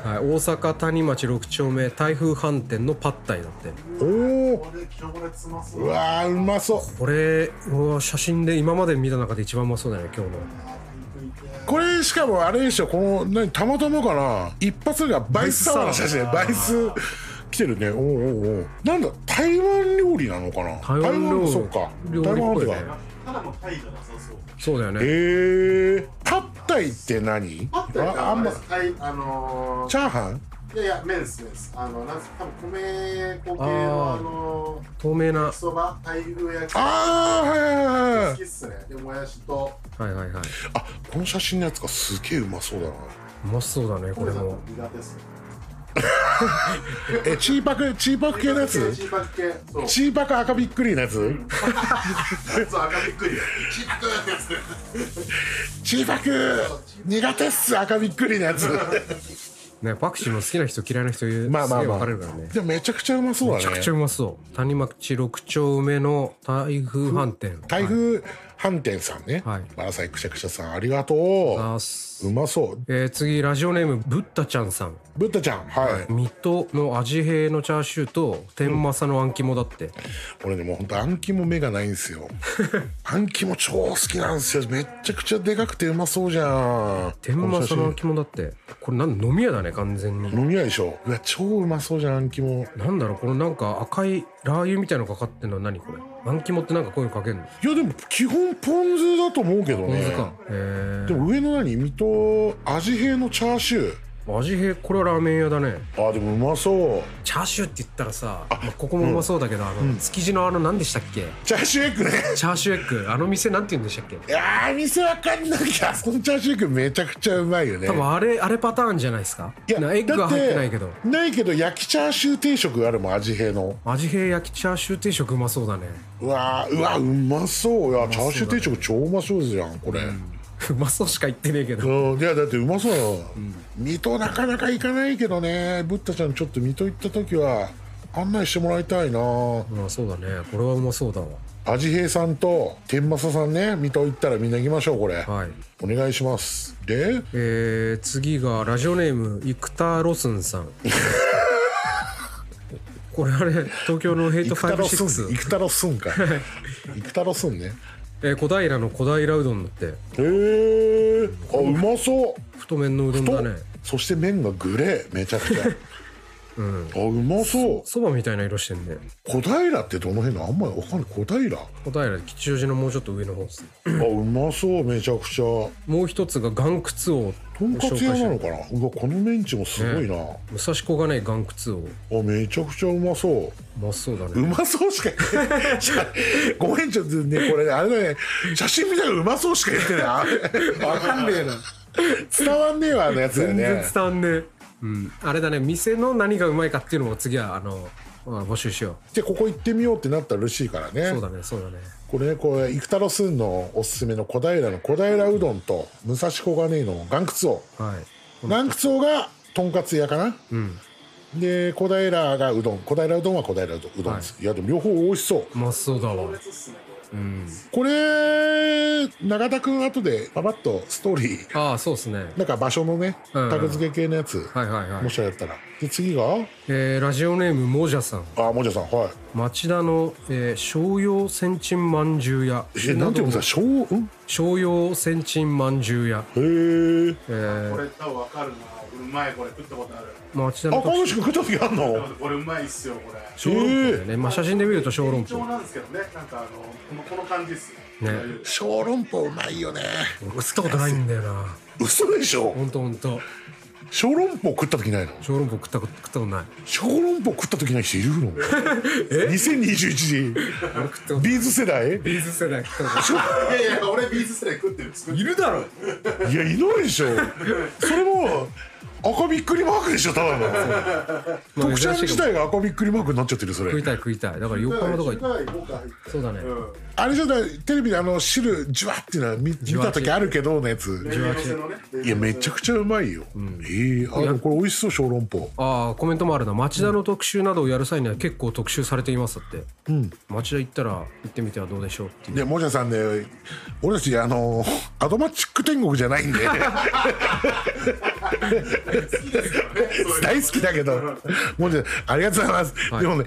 S2: はい、大阪谷町6丁目台風飯店のパッタイだって
S3: おお
S4: これ強烈うまそう
S3: うわーうまそう
S2: これうわ写真で今まで見た中で一番うまそうだよね今日の
S3: これしかもあれでしょこの何たまたまかな一発がバイスサワーの写真バイス来てるねおうおうおうなんだ台湾料理なのかな
S2: 台湾料理
S3: そうか
S2: 料理
S3: 台湾
S2: っぽい
S3: だ
S2: ね
S3: へ
S4: ただのタイじゃなさそう
S2: そうだよね
S3: えパッタイって何
S4: パッタイって
S3: ああんま
S4: タイあの
S3: チャーハン
S4: ー、いやいや麺です麺ですあのなんか多分米粉系の
S2: あー
S4: あの
S2: 透明なは
S4: ーそばタイ風焼き
S3: あーはいはいはいは
S4: 好
S3: い
S4: きっすねでもやしと
S2: いはいはいう
S3: あこの写真のやつがすげえうまそうだな
S2: まそうだねこれ
S4: さん
S2: も
S4: 苦手っすね
S3: えチーパクチーパク系のやつ
S4: チーバッ系そう
S3: チーパク赤びっくりのやつ
S4: そう赤びっくりチーバッってやつ
S3: チーパク苦手っす赤びっくりの やつ
S2: ねパクチーの好きな人嫌いな人
S3: まあまあ
S2: すげえ
S3: ま
S2: 分
S3: あ
S2: かれるからね
S3: でもめちゃくちゃうまそうだね
S2: めちゃくちゃうまそう谷町6丁目の台風飯店
S3: 台風飯店さんね、
S2: はい
S3: バラサイクシャクシャさんありがと
S2: あ
S3: う
S2: す
S3: うまそう
S2: えー次ラジオネームブッダちゃんさん
S3: ブッダちゃんはい、
S2: 水戸の味平のチャーシューと天正のあん肝だって、
S3: 俺ねもうほんとあん肝目がないん ですよあん肝超好きなんですよめっちゃくちゃでかくてうまそうじゃん
S2: 天
S3: この
S2: 満
S3: 写
S2: さ
S3: 真
S2: んのあん肝だってこれなん飲み屋だね完全に
S3: 飲み屋でしょうわ超うまそうじゃんあん肝
S2: なんだろうこのなんか赤いラー油みたいのかかってんのは何これあん肝ってなんかこういうのかけんの
S3: いやでも基本ポン酢だと思うけど
S2: ポン
S3: ね
S2: 酢かへえ
S3: でも上の何水戸味平のチャーシュー
S2: 味変これはラーメン屋だね
S3: あでもうまそう
S2: チャーシューって言ったらさ、まあここもうまそうだけど、あの築地のあの何でしたっけ
S3: チャーシューエッグね
S2: チャーシューエッグあの店なんて言うんでしたっけ
S3: いやー店わかんなきゃあそこのチャーシューエッグめちゃくちゃうまいよね
S2: 多分あれあれパターンじゃないですか
S3: いや
S2: なエッグ
S3: だ
S2: は
S3: って
S2: 入ってないけど
S3: ないけど焼きチャーシュー定食があるもん味平の
S2: 味変焼きチャーシュー定食うまそうだね
S3: うわーうわうまそういやチャーシュー定食超うまそうじゃんこれ、
S2: うまそうしか言ってねえけど
S3: うん、いやだってうまそうなの、水戸なかなか行かないけどねブッダちゃんちょっと水戸行った時は案内してもらいたいな
S2: まあそうだねこれはうまそうだわ
S3: 味平さんと天正さんね水戸行ったらみんな行きましょうこれ、
S2: はい
S3: お願いしますで
S2: えー、次がラジオネーム生田ロスン さんこれあれ東京のヘイト
S3: 生田ロスン
S2: 56、
S3: 生田ロ スンか生田ロスンね
S2: えー、小平の小平うどんだって
S3: へえあうまそう
S2: 太麺のうどんだ
S3: と
S2: ね
S3: そして麺がグレーめちゃくちゃ、あ うまそう
S2: そばみたいな色してんね
S3: 小平ってどの辺のあんまりわかんない小平
S2: 小平吉祥寺のもうちょっと上の方ですね
S3: あうまそうめちゃくちゃ
S2: もう一つが岩窟王を
S3: とんかつ屋なのかなうわこのメンチもすごいな、
S2: 武蔵小金井岩窟王う
S3: あめちゃくちゃうまそう
S2: まそうだ
S3: う
S2: ね
S3: まそうしか言ってないじゃあごめんちょっとねこれねあれだね写真見たらうまそうしか言ってないあれわかんねえな伝わんねえわあのやつだよ
S2: 全然
S3: ね
S2: 伝わんねえ、うん、あれだね店の何がうまいかっていうのも次はあのまあ募集しよ
S3: でここ行ってみようってなったら嬉しいからね
S2: うそうだねそうだね
S3: これねこれ生田ロスンのおすすめの小平の小平うどんと武蔵小金井の岩窟王
S2: はい
S3: 南仏王がとんかつ屋かな、で小平がうどん小平うどんは小平うどんうどんです、い、やでも両方美味しそう
S2: うまそうだわ
S3: これ永田君後でパパッとストーリー
S2: ああそうですね
S3: なんか場所のね
S2: うん
S3: タグ付け系のやつ、
S2: はいはいはい
S3: もしあれやったらで次が
S2: えーラジオネームもじゃさん
S3: あもじゃさんはい
S2: 町田の、えー、商用千鎮まんじゅう屋
S3: えなんて読むんですか小うん
S2: 商用千鎮まんじゅう屋、
S3: へ
S2: え
S3: え
S2: ー
S4: これ多分分かるなうまいこれ食ったことある
S2: 町田
S3: あ
S2: の
S3: っ
S2: 特
S3: 彼女食った時あんの
S4: これうまいっすよこれ
S2: 小籠包だよね、まあ、写真で見ると小籠
S4: 緊張
S2: 包
S4: なんですけどねなんかあのこのこの感じっすよ
S2: ね
S3: 小籠包うまいよね
S2: 食ったことないんだよ な
S3: 嘘でしょ
S2: ほんとほんと
S3: 小籠包食った時ないの
S2: 小籠包食ったこと食ったことない
S3: 小籠包食った時ない人いる の2021年
S2: 俺食ったこと
S3: ビーズ世代
S2: ビーズ世代食ったこと
S4: いやいや俺ビーズスレ食ってる作っ
S2: ない
S4: て
S2: い
S4: る
S2: るだろ
S3: いやいないでしょそれも赤びっくりマークでしょただの
S2: まあ珍
S3: 特徴
S2: しいけ
S3: 自
S2: ど
S3: 体が赤びっくりマークになっちゃってるそ
S2: 食い
S3: れ
S2: たい食いたいだから横浜とか行って
S4: 中華豪華入って
S2: そうだね
S4: うん
S3: あれじゃないテレビであの汁ジュワっていうのは見見
S2: ワ
S3: た時あるけどのやつ
S4: レンゲの背のね
S3: いやめちゃくちゃうまいよ、ええあでもこれ美味しそう小籠包
S2: ああコメントもあるな町田の特集などをやる際には結構特集されていますだって、町田行ったら行ってみてはどうでしょうっていう
S3: でもじゃさんね俺たちあのアドマチック天国じゃないんで大好きだけどもじゃありがとうございます、でもね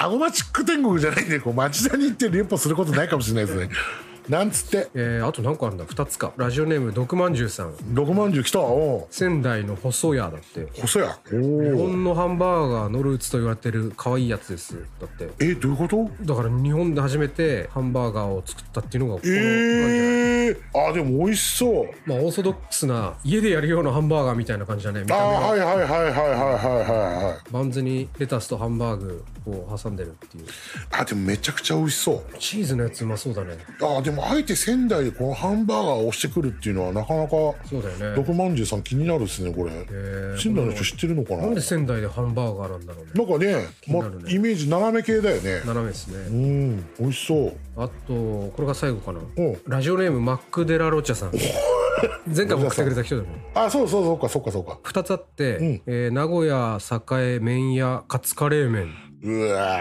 S3: アドマチック天国じゃないんでこう町田に行って連歩することないかもしれないですねなんつって
S2: えー、あと何個あるんだ2つかラジオネーム毒まんじゅうさん
S3: 六万十来たおう
S2: 仙台の細屋だって
S3: 細やお
S2: 日
S3: お
S2: 本のハンバーガーのルーツと言われてる可愛いやつですだって
S3: えどういうこと
S2: だから日本で初めてハンバーガーを作ったっていうのがこの、
S3: ええー、あでも美味しそう
S2: まあオーソドックスな家でやるようなハンバーガーみたいな感じだね見
S3: あ
S2: た目
S3: ー
S2: が
S3: はいはいはいはいはいはいはい
S2: バンズにレタスとハンバーグを挟んでるっていう
S3: あでもめちゃくちゃ美味しそう
S2: チーズのやつうまそうだね
S3: あーでもあえて仙台でこのハンバーガーを押してくるっていうのはなかなか
S2: そうだよね
S3: 六万十さん気になるですねこれ仙台の人知ってるのかな
S2: なんで
S3: な
S2: 仙台でハンバーガーなんだろうね
S3: んかね
S2: に
S3: ま
S2: なるね
S3: イメージ斜め系だよね
S2: 斜めです
S3: う
S2: ね
S3: ん美味しそう
S2: あとこれが最後かな
S3: うん
S2: ラジオネームマック・デラ・ロチャさん前回も来てくれた人だよね
S3: あそうそうそうかそうかそうか
S2: 2つあって、えー名古屋栄麺屋カツカレー麺
S3: う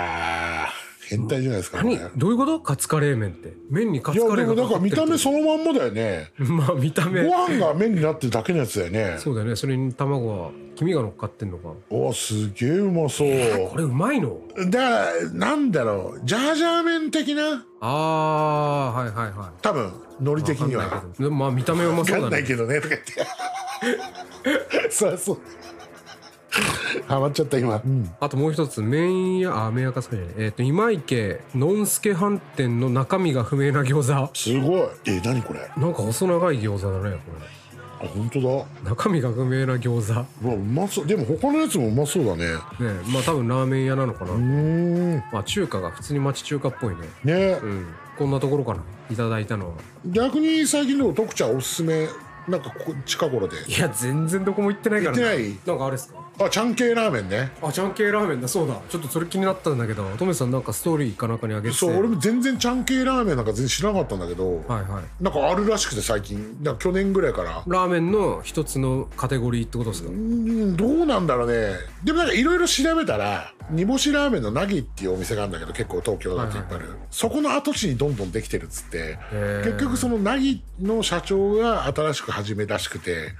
S3: わー変態じゃないですかこ
S2: 何
S3: れ
S2: どういうことカツカレー麺って麺にカ
S3: い
S2: ツ
S3: や
S2: カレ
S3: で
S2: ー
S3: も
S2: が
S3: なん
S2: かか
S3: か
S2: って
S3: 見
S2: る
S3: た
S2: って
S3: 目そのまんまだよね
S2: まあ見た
S3: ご
S2: 目
S3: 飯が麺になってるだけのやつだよね
S2: そうだよねそれに卵は黄身が乗っかってんのか
S3: おすげえうまそう
S2: これうまいの
S3: だからなんだろうジャージャー麺的な
S2: あーはいはいは
S3: 多分ノリ
S2: い
S3: 的に
S2: わかん
S3: は
S2: ないけどでもまあ見た目はうま
S3: 分
S2: そ
S3: か
S2: うだ
S3: んない
S2: ね
S3: けどねとか言ってそうそうハマっちゃった今、うん、
S2: あともう一つ麺屋あ麺屋カツカレーじゃないえっ、と今池のんすけ飯店の中身が不明な餃子
S3: すごいえ何これ
S2: なんか細長い餃子だねこれ
S3: あ本当だう
S2: 中身が不明な餃子ね
S3: わうまそうでも他のやつもうまそうだね
S2: えまあ多分ラーメン屋なのかな、
S3: うーんね
S2: まあ中華が普通に町中華っぽいねうんこんなところかないただいたのは
S3: 逆に最近でも徳ちゃんおすすめなんかここ近頃で
S2: いや全然どこも行ってないから
S3: 行ってない
S2: なんかあれですか
S3: あちゃん系ラーメンね
S2: あちゃん系ラーメンだそうだちょっとそれ気になったんだけどトメさんなんかストーリーかなんかにあげてて
S3: そう俺も全然ちゃん系ラーメンなんか全然知らなかったんだけど、
S2: はいはい
S3: なんかあるらしくて最近なんか去年ぐらいから
S2: ラーメンの一つのカテゴリーってことですか、
S3: うんどうなんだろうねでもなんかいろいろ調べたら煮干しラーメンのなぎっていうお店があるんだけど結構東京だっていっぱいある、そこの跡地にどんどんできてるっつって
S2: ー
S3: 結局そのなぎの社長が新しく始めらしくて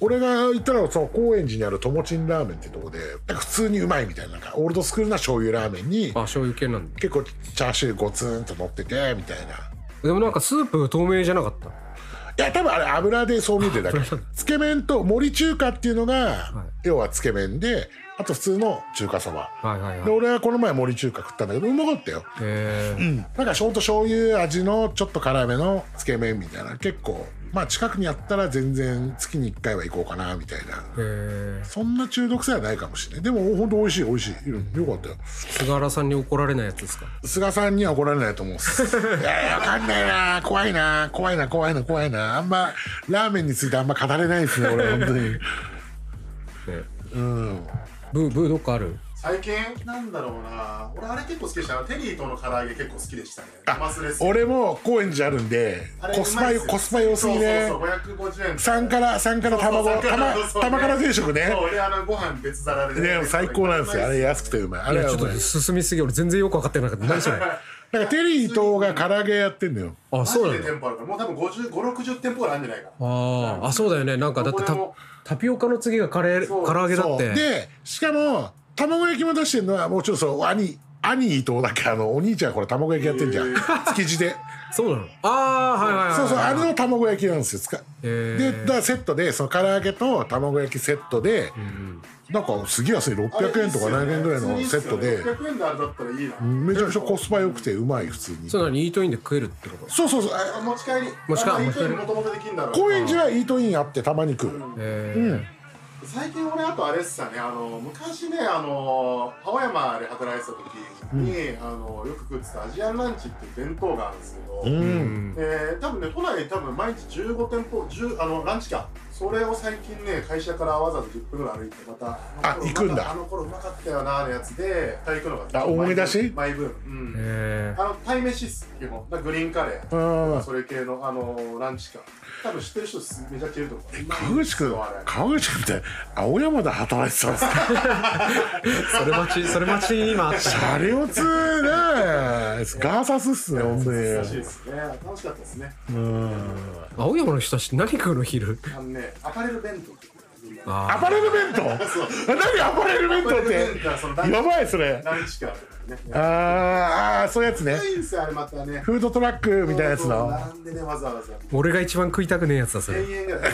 S3: 俺が行ったのはその高円寺にあるともちんラーメンってとこでなんか普通にうまいみたいななんかオールドスクールな醤油ラーメンに
S2: あ醤油系なんだ
S3: 結構チャーシューゴツンと乗っててみたいな
S2: でもなんかスープ透明じゃなかった
S3: いや多分あれ油でそう見てるだけつけ麺と森中華っていうのが、要はつけ麺であと普通の中華そば、
S2: はいはいはい
S3: で俺はこの前森中華食ったんだけどうまかったよ
S2: へえ
S3: なんかショート醤油味のちょっと辛めのつけ麺みたいな結構まあ近くにあったら全然月に1回は行こうかなみたいな
S2: へえ
S3: そんな中毒性はないかもしれないでもほんと美味しい美味しい、うん、よかったよ
S2: 菅原さんに怒られないやつですか
S3: 菅さんには怒られないと思うんです いやいやわかんないな怖いな怖いな怖いな怖いなあんまラーメンについてあんま語れないですね俺本当 に
S2: ねうんブーブーどっかある
S4: 最近なんだろうな俺あれ結構好きでしたよテリーとの唐揚げ結構好きでしたね
S3: あ
S4: マスレス
S3: 俺も高円寺あるんで
S4: あれ
S3: コス
S4: うま
S3: パ
S4: いっ
S3: よ
S4: すよ
S3: コスパ良すぎね
S4: そうそうそう550円
S3: 三から三から卵
S4: そうそう三から
S3: 玉
S4: そう
S3: 玉から定食ね
S4: そうであのご飯別皿で
S3: ね最高なんですよあれ安くてうまいあ
S2: い
S3: れ
S2: や
S3: は
S2: ちょ
S3: う
S2: っ
S3: まい
S2: と進みすぎ俺全然よく分かってなかった 何それ
S3: なんかテリーとが唐揚げやってんのよ
S2: あ
S4: そ
S2: そうう
S4: な
S2: なんん
S4: で
S2: だ
S4: 店舗あるからもう多分505060店舗ぐらいあるんじゃないかな
S2: あーあそうだよねなんかだってタ
S4: どこでも
S2: タピオカの次がカレー
S4: そう
S2: 唐揚げだっ
S3: そう
S2: て
S3: でしかも卵焼きも出してるのはもうちょっとそう兄兄伊藤だっけあのお兄ちゃんこれ卵焼きやってんじ ゃん築地で
S2: そうなのああはいはいはい
S3: そうそうあれの卵焼きなんですよ使
S2: へー
S3: でだからセットでその唐揚げと卵焼きセットで、なんかすげえ安い600円とか700円ぐらいのセットで、
S4: 600円であれだったらいいな
S3: めちゃくちゃコスパ良くてうまい普通に
S2: そ
S3: そう
S2: なのにイートインで食えるってこと
S3: うそうそう
S4: あ
S3: あ
S4: 持ち帰り
S2: 持ち帰り
S4: あ
S2: 持ち帰り
S4: もともとできるんだろう
S3: 高円寺はイートインあってたまに食う、
S2: え
S4: 最近俺あとあれっすよねあの昔ねあの青山で働いてた時に、あのよく食ってたアジアンランチっていう弁当があるんですけど、
S2: うん
S4: えー、多分ね都内多分毎日15店舗10あのランチかそれを最近ね会社からわざわざ10分ぐらい歩いてまた
S3: あ
S4: の頃
S3: 行くんだ
S4: またあの頃うまかったよなーのやつで行くのが
S3: あ思い出し
S4: マイブームうん、
S2: え
S4: あのタイ飯っす基本だからグリーンカレー
S3: うん
S4: それ系のあのランチか多分知ってる人すめちゃくちゃいると思う
S3: 川口君
S4: あれ
S3: 川口君って青山で働いてたんですか
S2: それ待ちそれ待ちに今あっ
S3: シ
S2: た
S3: ャレオツねガーサスっすね本当
S4: 楽し
S3: に
S4: いですね。楽しかったですね。
S2: 青山の人たち何食うの昼
S4: あのね、アパレル弁当っていうのが。
S3: アパレル弁当何アパレル弁当っ
S4: アパレル弁当はその
S3: てやばいそれ
S4: ランチかね。
S3: あーあーそういうやつね
S4: 高いんですよ、あれまたね。
S3: フードトラックみたいなやつの
S4: なんでね、わざわざ。
S2: 俺が一番食いたくねえやつだそれ
S4: 1000円ぐらい。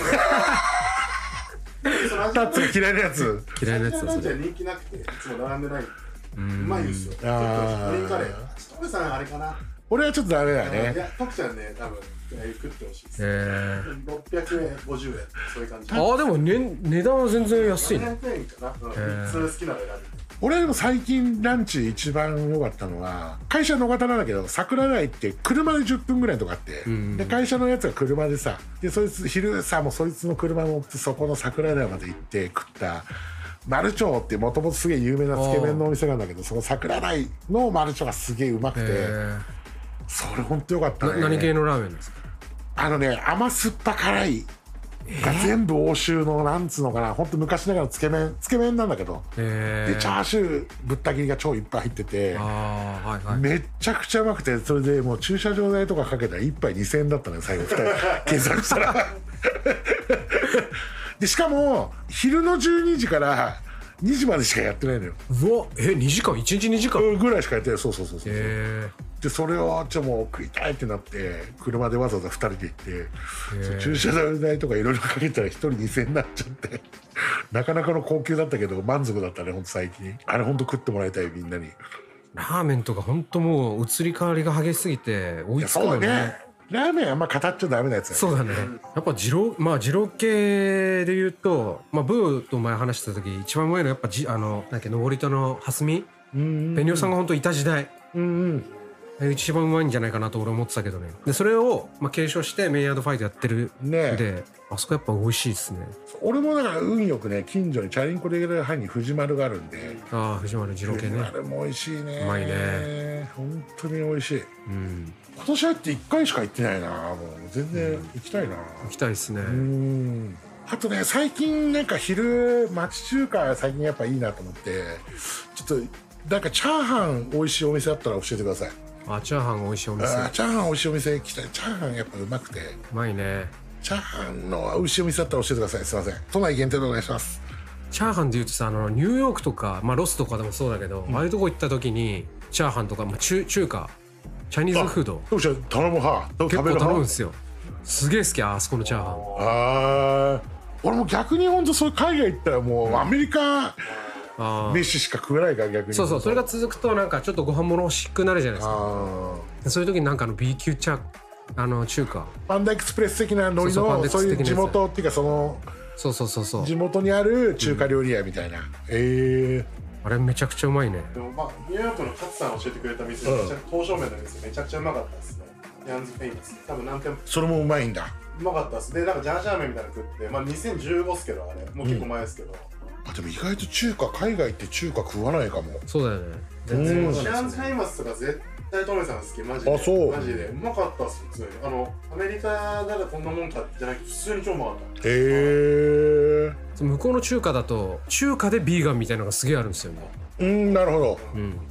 S4: その味
S3: タッツ嫌いなやつ
S2: 嫌いなやつだ
S4: ラン
S2: そ
S4: チ
S2: れ
S4: は人気なくて、いつも並んでない。うまいんですよ。ちょっとグリ
S3: あー
S4: ーンカレー。ちょっとトムさんあれかな。
S3: 俺はちょっとダメだ
S4: いや
S3: ね、
S4: 徳ちゃんね、多分えー食ってほしいです。
S2: えー
S4: 600円、50円、そういう感じ。
S2: あーでも、ね、値段は全然安いね
S4: 700円かな。うんそれ好きなの選んで。
S3: 俺でも最近ランチ一番良かったのは会社の方なんだけど桜台って車で10分ぐらいのとかあって、で会社のやつが車でさでそいつ昼さもうそいつの車乗ってそこの桜台まで行って食った丸町ってもともとすげえ有名なつけ麺のお店なんだけどその桜台の丸町がすげえうまくて、
S2: え
S3: それほんとよかった
S2: ーな
S3: ね
S2: 何系のラーメンですか
S3: あのね甘酸っぱ辛いが全部欧州のなんつうのかなほんと昔ながらつけ麺つけ麺なんだけど
S2: え
S3: で
S2: ー
S3: チャーシューぶった切りが超いっぱい入ってて
S2: ああはいはい
S3: めっちゃくちゃうまくてそれでもう駐車場代とかかけたら1杯2000円だったのよ最後2人 計算したら でしかも昼の12時から2時までしかやってないのよ
S2: うわえ2時間1日2時間
S3: ぐらいしかやってないそうそうそうそう、
S2: え
S3: でそれをちょっともう食いたいってなって車でわざわざ2人で行って、そう駐車場代とかいろいろかけたら1人2000円になっちゃって なかなかの高級だったけど満足だったねほんと最近あれほんと食ってもらいたいみんなに。
S2: ーラーメンとかほんともう移り変わりが激しすぎて追
S3: い
S2: い
S3: や
S2: つく
S3: そ
S2: の
S3: うだねラーメンあんま語っちゃダメなやつだね
S2: そうだねやっぱ二郎まあ二郎系で言うと、まあ、ブーと前話してた時一番前のやっぱじあのなんだっけ登戸の蓮見
S3: うん
S2: 紅生さんが本当いた時代
S3: うんうん
S2: 一番うまいんじゃないかなと俺思ってたけどねでそれを、まあ、継承してメイヤードファイトやってるん
S3: ねえ
S2: で、あそこやっぱ美味しいですね
S3: 俺もだから運よくね近所にチャリンコで入れる範囲に藤丸があるんで
S2: ああ藤丸二郎系
S3: 藤
S2: ね
S3: 丸も美味しいね
S2: うまいね
S3: 本当に美味しい
S2: うん
S3: 今年入って1回しか行ってないなもう全然行きたいな
S2: 行きたいですね、
S3: うんあとね最近なんか昼町中華最近やっぱいいなと思ってちょっとなんかチャーハン美味しいお店あったら教えてください
S2: あチャーハン美味しいお
S3: あ
S2: 店
S3: ー
S2: う
S3: チャーハン美味しいお店来たいチャーハンやっぱうまくて
S2: まいね
S3: チャーハンの美味しいお店あったら教えてくださいすいません都内限定でお願いします
S2: チャーハンで言うとさあのニューヨークとか、まあ、ロスとかでもそうだけど、ああいうとこ行った時にチャーハンとか、まあ、中中華チャイニーズフード
S3: どうした頼む派食べ
S2: 結
S3: る
S2: 構
S3: 派
S2: 頼むんですよすげえ好きああそこのチャーハン
S3: あー俺も逆に本当そういう海外行ったらもうアメリカ
S2: あー
S3: 飯しか食えないから逆に
S2: そうそうそれが続くとなんかちょっとご飯物欲しくなるじゃないですか
S3: あ
S2: でそういう時になんかあの B 級チャあの中華
S3: ーパンダエクスプレス的なノリ
S2: そうそうパン
S3: の
S2: ダエク
S3: そう
S2: ス
S3: い
S2: 的
S3: う
S2: なやつ
S3: 地元っていうかその
S2: そうそうそうそう
S3: 地元にある中華料理屋みたいな、え
S2: あれめちゃくちゃうまいね
S4: でもまあニューヨークの勝さん教えてくれた店、
S3: うん
S4: めちゃくちゃ刀削麺の店めちゃくちゃうまかったですねヤンズフェイマス多分何店舗
S3: ー、それもうまいんだ
S4: うまかったですでなんかジャージャー麺みたいなの食ってまあ2015っすけどあれもう結構前ですけど、
S3: あでも意外と中華海外って中華食わないかも
S2: そうだよね
S3: う
S2: 全然
S3: ん
S4: シャンズ・ハイマスとか絶対トメさんが好きマジで
S3: あそう
S4: マジでうまかったっす普通にあのアメリカならこんなもんかじゃなくて普通に超うまかった
S3: えー、
S2: 向こうの中華だと中華でビーガンみたいなのがすげえあるんですよね、
S3: うんなるほど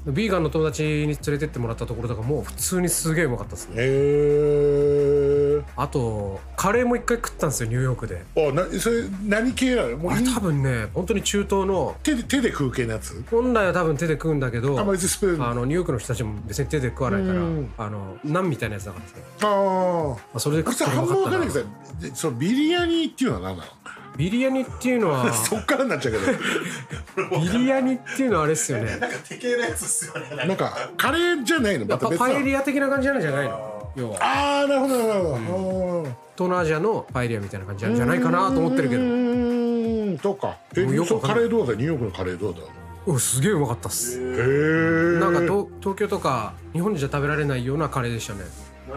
S2: うん、ビーガンの友達に連れてってもらったところとかもう普通にすげえうまかったですね
S3: えー、
S2: あとカレーも一回食ったんですよニューヨークで
S3: あなそれ何系なのもう
S2: あれ多分ね本当に中東の
S3: 手で手で食う系のやつ
S2: 本来は多分手で食うんだけど
S3: あんまりスプーン
S2: あのニューヨークの人たちも別に手で食わないか
S3: うん
S2: らあのナンみたいなやつだからですね
S3: ああ
S2: まあそれで
S3: これ
S2: 食った
S3: さ
S2: ら
S3: あん
S2: う
S3: ま
S2: ま
S3: 分
S2: か
S3: か
S2: っ
S3: んな
S2: たな
S3: いけどさでそのビリヤニっていうのは何なの
S2: ビリヤニっていうのは
S3: そっからになっちゃうけど
S2: ビリヤニっていうのはあれっすよ ね
S4: なんか手系のやつっすよ ね
S3: なんかカレーじゃないのまた
S2: パ
S3: 別な
S2: パエリア的な感じなんじゃないの要は
S3: ああなるほどなるほど、うん
S2: 東南アジアのパエリアみたいな感じなんじゃないかなと思ってるけ
S3: う
S2: ど
S3: ーんそうかえ
S2: もうよく
S3: そ
S2: わ
S3: う
S2: かん
S3: カ
S2: ない
S3: レーどうだニューヨークのカレーどうだ
S2: うんすげえうまかったっす
S3: へえ
S2: なんか東東京とか日本じゃ食べられないようなカレーでしたね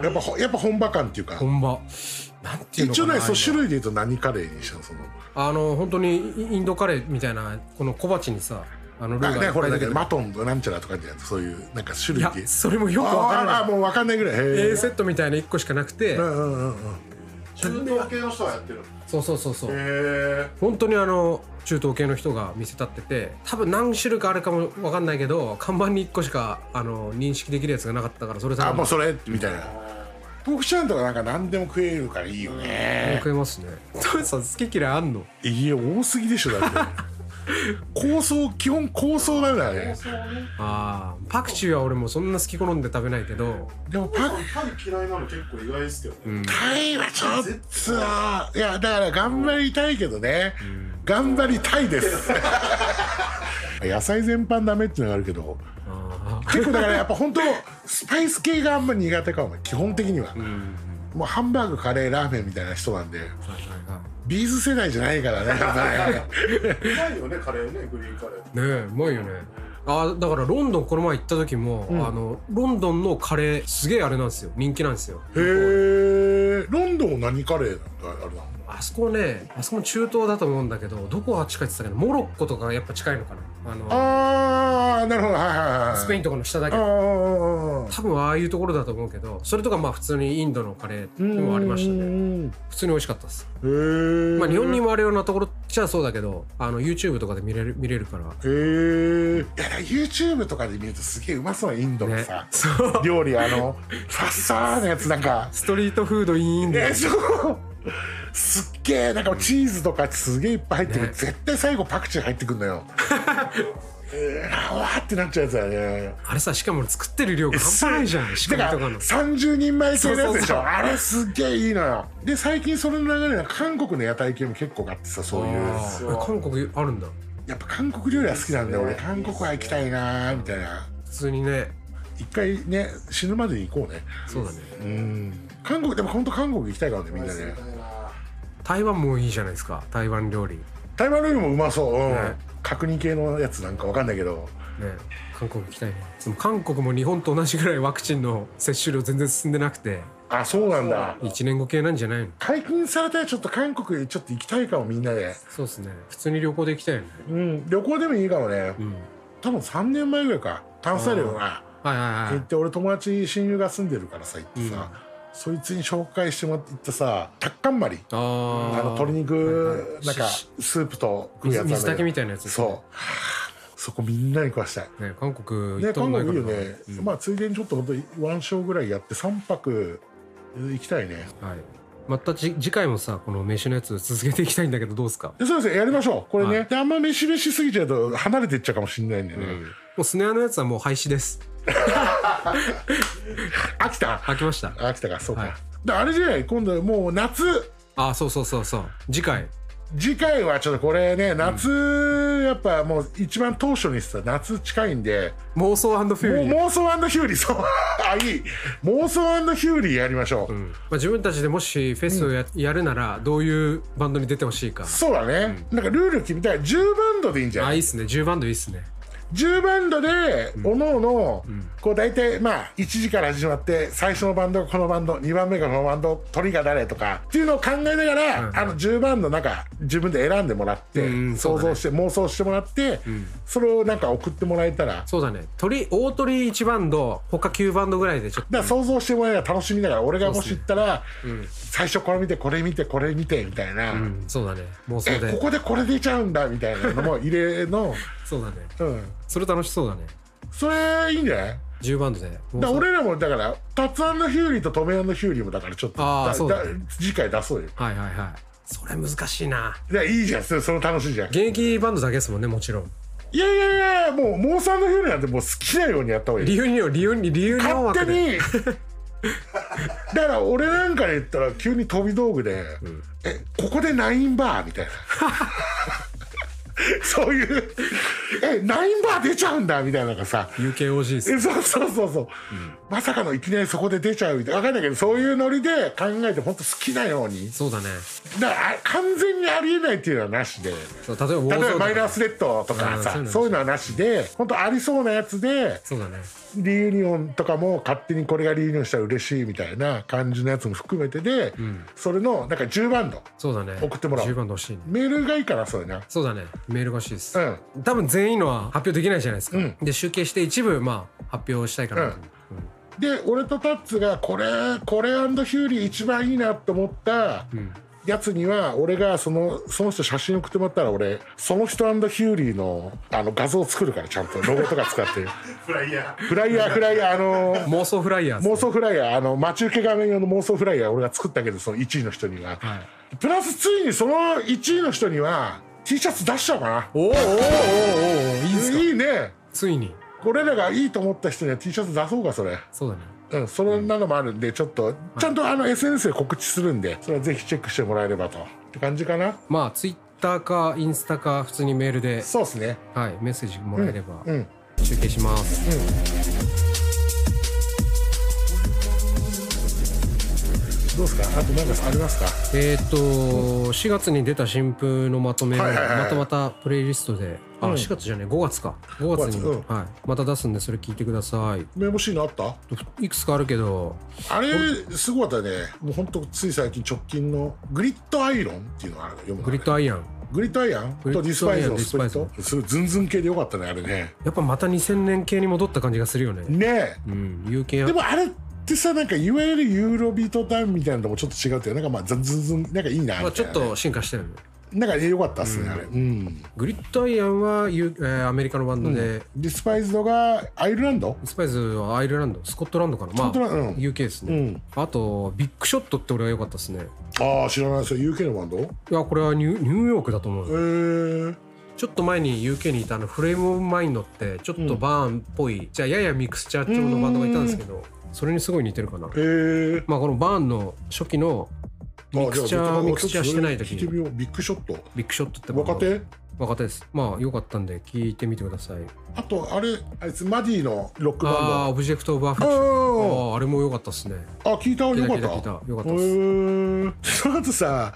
S3: やっぱほやっぱ本場感っていうか
S2: 本場なんていうの
S3: 一
S2: か
S3: 応
S2: な
S3: ねそう種
S2: あ
S3: 類で言うと何カレーにしたのその
S2: あいうのあの本当にイインドカレーみたいなこの小鉢にさあのル
S3: あ
S2: ーが
S3: ね
S2: いっ
S3: ほ
S2: ぱ
S3: ら
S2: いだ
S3: なん
S2: け
S3: か
S2: どい
S3: マトンとなんちゃらとかじゃなくてそういうなんか種類
S2: や
S3: っていう
S2: それもよくわから
S3: あーあー
S2: ない
S3: もう分かんないぐらいへ
S2: A
S3: え
S2: セットみたいな1個しかなくて
S3: うんうんうんうん
S4: 中東系の人がやってるへ
S2: そうそうそうそう
S4: え
S2: 本当にあの中東系の人が店立ってて多分何種類かあるかもわかんないけど看板に1個しかあの認識できるやつがなかったからそれ
S3: あ
S2: 頼
S3: も
S2: む
S3: うそれみたいなポークシャンとかなんか何でも食えるからいいよね
S2: 食えますねトメさん好き嫌いあんの
S3: いや多すぎでしょだ って構想基本構想なんだね
S2: あーパクチーは俺もそんな好き好んで食べないけど
S3: でもパ
S4: タ
S3: ク
S4: イ嫌いなの結構意外っすけどね、
S3: タイはちょっといやだから頑張りたいけどね、頑張りたいです 野菜全般ダメっていうのがあるけど
S2: あ
S3: 結構だからやっぱ本当スパイス系があんま苦手かも基本的には、もうハンバーグカレーラーメンみたいな人なんで
S2: ー
S3: ビーズ世代じゃない からねやっぱね
S4: うまいよねカレーねグリーンカレー
S2: ねえうまいよねあーだからロンドンこの前行った時も、あのロンドンのカレーすげえあれなんですよ人気なんですよ
S3: へえロンドンは何カレーなんだあれなの
S2: あそこねあそこも中東だと思うんだけどどこが近いって言ってたけどモロッコとかがやっぱ近いのかなあの
S3: ああなるほどはいはいはい
S2: スペインとかの下だけ
S3: あ
S2: ど
S3: ー
S2: 多分ああいうところだと思うけどそれとかまあ普通にインドのカレーでもありましたね
S3: ね
S2: 普通に美味しかったです、
S3: へえ
S2: まあ、日本にもあるようなところっちゃそうだけどあの YouTube とかで見れる見れるから
S3: へえいや YouTube とかで見るとすげえうまそうなインドの
S2: ね
S3: さ、
S2: そう
S3: 料理あのファッサーのやつなん か
S2: ストリートフードいいんだ
S3: え
S2: よ
S3: そうすっげえなんかチーズとかすげえいっぱい入ってくる、
S2: ね
S3: 絶対最後パクチー入ってくん のよえー、わーってなっちゃうやつだよね
S2: あれさしかも俺作ってる量が半端ないじゃん仕
S3: だ
S2: 組み
S3: か
S2: と
S3: ら
S2: かの
S3: 30人前系のやつで
S2: そうそう
S3: し
S2: そう
S3: ょあれすっげえいいのよで最近その流れが韓国の屋台系も結構あってさそういう
S2: あー韓国あるんだ
S3: やっぱ韓国料理は好きなんだよ俺韓国は行きたいなーみたいな
S2: 普通にね
S3: 一回ね死ぬまでに行こうね
S2: そうだね
S3: うん韓国でも本当韓国行きたいからねみんな
S4: 食べ
S3: ね
S4: たいな
S2: 台湾もいいじゃないですか台湾料理ね
S3: 台湾料理もうまそう、うん
S2: ね
S3: 角煮系のやつなんかわかんないけど
S2: 韓国行きたいねでも韓国も日本と同じぐらいワクチンの接種量全然進んでなくて
S3: あそうなんだ
S2: 1年後系なんじゃないの
S3: 解禁されたらちょっと韓国ちょっと行きたいかもみんなで、
S2: そうですね普通に旅行で行きたいよね
S3: うん、旅行でもいいかもね、
S2: うん
S3: 多分3年前ぐらいか探査料が
S2: はいはいは
S3: 行って俺友達親友が住んでるからさ行ってさ、そいつに紹介してもらって行ったさタッカンマリ
S2: いあ
S3: あ
S2: あ
S3: の鶏
S2: はい
S3: 肉
S2: はい
S3: なんか
S2: し
S3: スープと食うや
S2: 水
S3: つなん
S2: 水
S3: だ
S2: 炊きみ
S3: け
S2: たいなやつ
S3: ど
S2: ですね
S3: そうはあそこみんなに食わしたい
S2: ね韓国行
S3: ね
S2: ったこと
S3: 韓
S2: ない
S3: 国
S2: か
S3: いい
S2: ら
S3: よね、まあついでにちょっと本当にワンショーぐらいやって3泊行きたいね
S2: はいまたじ次回もさこの飯のやつ続けていきたいんだけどどうですか
S3: でそうですねやりましょうこれね、
S2: はい
S3: であんま飯飯すぎちゃうと離れていっちゃうかもしれないんでね、
S2: もうスネアのやつはもう廃止です
S3: 飽きた
S2: 飽きました
S3: 飽きたかそうか、
S2: はい
S3: であれじゃない今度もう夏
S2: あそうそうそうそう次回
S3: 次回はちょっとこれね夏、やっぱもう一番当初にした夏近いんで
S2: 妄想フューリー
S3: もう妄想ヒューリーそう あいい妄想ヒューリーやりましょう、
S2: うんまあ、自分たちでもしフェスをや,、やるならどういうバンドに出てほしいか
S3: そうだね、なんかルール決めたい10バンドでいいんじゃ
S2: あ
S3: ない
S2: いいっすね10バンドいいっすね
S3: 10バンドでおのおのこう大体まあ1時から始まって最初のバンドがこのバンド2番目がこのバンド鳥が誰とかっていうのを考えながら、
S2: うん
S3: あの10バンドなんか自分で選んでもらって、
S2: うんそう
S3: 想
S2: だね
S3: 像して、妄想してもらって、それをなんか送ってもらえたら。
S2: そうだね鳥大鳥1バンド他9バンドぐらいでちょっと
S3: だから想像してもらえながら楽しみながら俺が
S2: そう
S3: もし
S2: っすね
S3: 行ったら、最初これ見てこれ見てこれ見てみたいな、
S2: うんそうだね妄想
S3: え
S2: で
S3: ここでこれ出ちゃうんだみたいなのも入れ の、
S2: そうだね
S3: うん、
S2: それ楽しそうだね
S3: それいいんじゃない
S2: 10バンドで妄
S3: だから
S2: 想
S3: 俺らもだからタツアンのヒューリーとトメアンのヒューリーもだからちょっと
S2: あー
S3: だ
S2: そうだね
S3: だ次回出そうよ
S2: はいはいはいそれ難しいない
S3: やいいじゃんそれその楽しいじゃん
S2: 現役バンドだけですもんねもちろん
S3: いやいやいやいやもうモーさんのヒューリーなんてもう好きなようにやった方がい
S2: 理
S3: い
S2: 由によ理由に理由に音
S3: 勝
S2: 楽
S3: 手
S2: で
S3: にだから俺なんかで言ったら急に飛び道具で、えここでナインバーみたい なそういうえナインバー出ちゃうんだみたいなのがさ
S2: UKOG です
S3: えそうそうそうそう、まさかのいきなりそこで出ちゃうみたいな分かんないけどそういうノリで考えて本当好きなように
S2: そうだね
S3: だからあ完全にありえないっていうのはなしで
S2: そう例えば妄
S3: 例え
S2: 想
S3: ばマイナ
S2: だ
S3: スレッドとか
S2: う
S3: さ
S2: ん
S3: そ
S2: そうういう
S3: い
S2: う
S3: のはなしで本当ありそうなやつで
S2: そうだね
S3: リユニオンとかも勝手にこれがリユニオンしたら嬉しいみたいな感じのやつも含めてで、それのなんか10バンド
S2: そうだね
S3: 送ってもらおう
S2: 10バンド欲しいね
S3: メールがいいからそうやな
S2: そうだねメールが欲しいです、
S3: うん
S2: 多分全員のは発表できないじゃないですか、
S3: うん
S2: で集計して一部まあ発表したいかなと、
S3: で俺とタッツがこれこれヒューリー一番いいなと思ったやつには俺がそのその人写真送ってもらったら俺その人ヒューリーのあの画像作るからちゃんとロゴとか 使って
S4: フライヤー
S3: フライヤーフライヤーあのー
S2: 妄想フライヤーズ
S3: 妄想フライヤーあの待ち受け画面用の妄想フライヤー俺が作ったけどその1位の人には、プラスついにその1位の人には T シャツ出しちゃおうかな
S2: おーおーおーおーおーいいですか
S3: いいね
S2: ついに
S3: 俺らがいいと思った人には T シャツ出そうかそれ
S2: そうだね
S3: うんそんなのもあるんでちょっとちゃんとあの SNS で告知するんでそれはぜひチェックしてもらえればとって感じかな
S2: まあツイッターかインスタか普通にメールで、
S3: そうですね
S2: はい、メッセージもらえれば
S3: うん
S2: 集計します、
S3: どうですかあと何かありますか
S2: えーっと4月に出た新風のまとめを
S3: は
S2: ま
S3: いはいはい
S2: たまたプレイリストであ4月じゃねえ5月か5月に
S3: 5月
S2: はい、また出すんでそれ聞いてください
S3: メモシーのあった
S2: いくつかあるけど
S3: あれすごかったねもうほんとつい最近直近のグリッドアイロンっていうのがある読むの
S2: グリッドアイアン
S3: グリッドアイアン
S2: グリ
S3: と
S2: ッドアイアン
S3: ディスパイズ
S2: デ
S3: の
S2: ィ
S3: ス
S2: ス
S3: プ
S2: パ
S3: リッ
S2: イズ
S3: トすごいズンズン系でよかったねあれね
S2: やっぱまた2000年系に戻った感じがするよね
S3: ね
S2: うん有権
S3: えでもあれってさなんかいわゆるユーロビートタウンみたいなのともちょっと違うっていうかなんかまあズンズンズンなんかいいなみたいな、ね
S2: まあ、ちょっと進化してるね
S3: なんか良かったっすね、あれうん
S2: グリッドアイアンは、ゆえーアメリカのバンドで、
S3: ディスパイズドがアイルランド
S2: スパイズはアイルランドスコットランドかなまあ、
S3: スコットランドうん
S2: UK ですね、
S3: うん
S2: あとビッグショットって俺は良かったですね
S3: ああ知らないそれ UK のバンドへ
S2: いやこれはニューニューヨークだと思う
S3: えー、
S2: ちょっと前に UK にいたあのフレーム・オブ・マインドってちょっとバーンっぽい、じゃあややミクスチャー調のバンドがいたんですけどそれにすごい似てるかな
S3: えー、
S2: まあこのバーンの初期の
S3: あ
S2: ミクチャーミクチャーしてない時
S3: 聞いてみようビッグショット
S2: ビッグショットって
S3: 若手
S2: 若手ですまあ良かったんで聞いてみてください
S3: あとあれあいつマディのロック
S2: ああー
S3: バン
S2: オブジェクト・オブ・アフェクション
S3: ドあ
S2: あーあれも良かったっすね
S3: ああ聞いたよかっ
S2: 聞いた聞いた
S3: た
S2: 聞いたよかった
S3: へ
S2: っす
S3: ーその後さ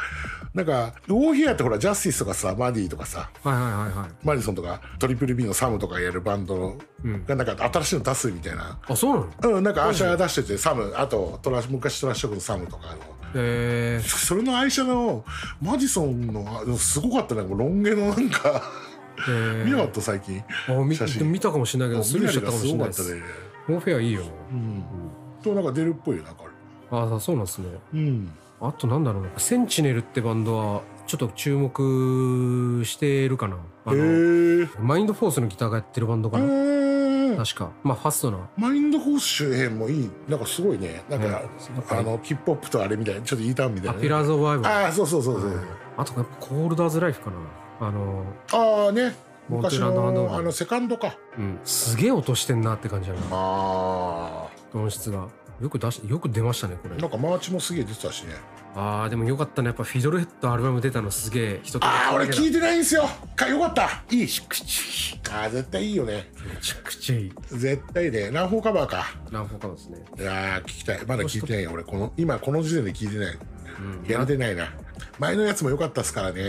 S3: なんかウォーヒアってほらジャスティスとかさマディとかさ
S2: はいはいはいはい
S3: マリソンとかトリプル B のサムとかやるバンドの
S2: うん
S3: がなんか新しいの出すみたいな
S2: あそうなの
S3: うんなんかアーシャが出しててサムあとトラ昔トラッシュのサムとかの
S2: えー、
S3: それの愛車のマジソンのあのすごかったねもうロン毛のなんか
S2: えー、
S3: 見なかった最近
S2: あ見
S3: 写真
S2: でも見たかもしれないけどスルーしちゃったかもしれないです
S3: すごかったね
S2: モフェアいいよ
S3: うんとなんか出るっぽいよなんか
S2: ああそうなんですね
S3: うん
S2: あとなんだろうなセンチネルってバンドはちょっと注目してるかなあ
S3: へ
S2: の
S3: え
S2: マインドフォースのギターがやってるバンドかな確かまあファストな
S3: マインドフォース周辺もいいなんかすごいねなんか、
S2: うん
S3: あのキップホップとあれみたいなちょっとイーターンみたい
S2: あ
S3: な、
S2: ピラーズ・オブ・アイブ
S3: ああそうそうそうそう、
S2: あとやっぱコールダーズ・ライフかなあの
S3: ああね
S2: モンテ
S3: 昔
S2: ルランドハンドオーガ
S3: の
S2: ン
S3: あのセカンドか
S2: うんすげえ音してんなって感じだな
S3: あ
S2: 音質がよく出しよく出ましたねこ
S3: あな
S2: れ
S3: んかマーチもすげえ出てたしね
S2: あーでもよかったねやっぱフィドルヘッドアルバム出たのすげえ人と
S3: ああ俺聞
S2: い
S3: いてないんですよかよかったいいああ絶対いいよね
S2: めちゃくちゃいい
S3: 絶対ねランフォーカバーか
S2: ランフォーカバーですね
S3: いやー聞きたいまだ聞いてないよ俺この今この時点で聞いてない、やれてないな前のやつも良かったっすからね
S2: で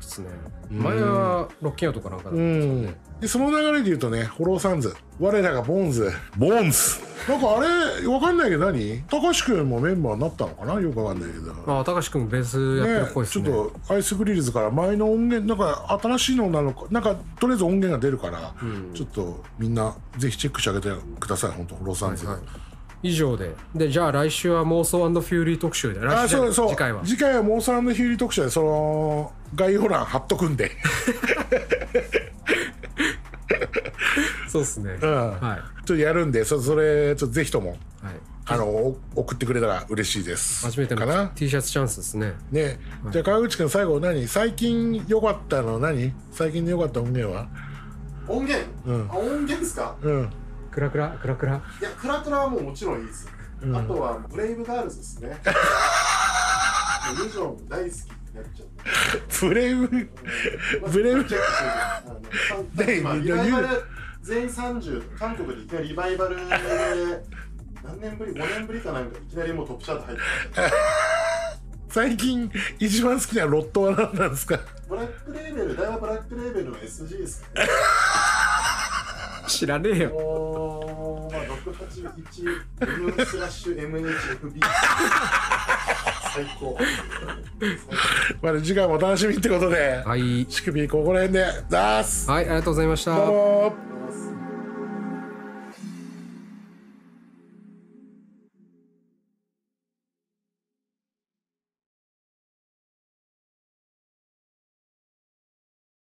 S2: すね前はロッキンアウトかなんかだったんですかね
S3: でその流れで言うとねフォローサンズ我らがボーンズボーンズなんかあれわかんないけど何高橋君もメンバーになったのかなよくわかんないけど
S2: ああ、たかしくんベースやってる
S3: ね
S2: っぽいで
S3: ち
S2: す
S3: ょっ
S2: ね。
S3: とアイスグリルズから前の音源なんか新しいのなのかなんかとりあえず音源が出るから、ちょっとみんなぜひチェックしてあげてください本当フォローサンズ、
S2: はい以上で。で、じゃあ来週は妄想フューリー特集で。
S3: あ
S2: 来週
S3: そうそう
S2: 次回は。
S3: 次回はモーサンのヒューリー特集でその概要欄貼っとくんで
S2: そうですね。
S3: うん
S2: は
S3: ちょっとやるんでそそれちょっとぜひとも
S2: い。はい。
S3: あのお送ってくれたら嬉しいです
S2: 初めて
S3: かな
S2: の T シャツチャンスですね。
S3: ねじゃあ川口君最後何最近良かったの何最近の良かった音源は
S4: 音源、
S3: うん
S4: あ音源ですか
S3: うん
S2: クラクラ、クラクラ。
S4: いやクラクラはもうもちろんいいです、あとはブレイブガールズですねユジョン大好きになっちゃって
S3: ブレイブ ブレイブ
S4: チェック してるあの今リバイバル全員30韓国でいきなりリバイバルで何年ぶり5年ぶりかなんかいきなりもうトップチャート入ってました
S3: 最近一番好きなロットは何なんですか
S4: ブラックレーベル大はブラックレーベルの SG ですかね
S2: 知らねえよ。
S4: おーまあ681 M スラッシュ MHFB 最高
S3: まあ次回もお楽しみってことで、
S2: はい。
S3: 乳首ここら辺でざーす
S2: はい、ありがとうございました。
S3: どうもー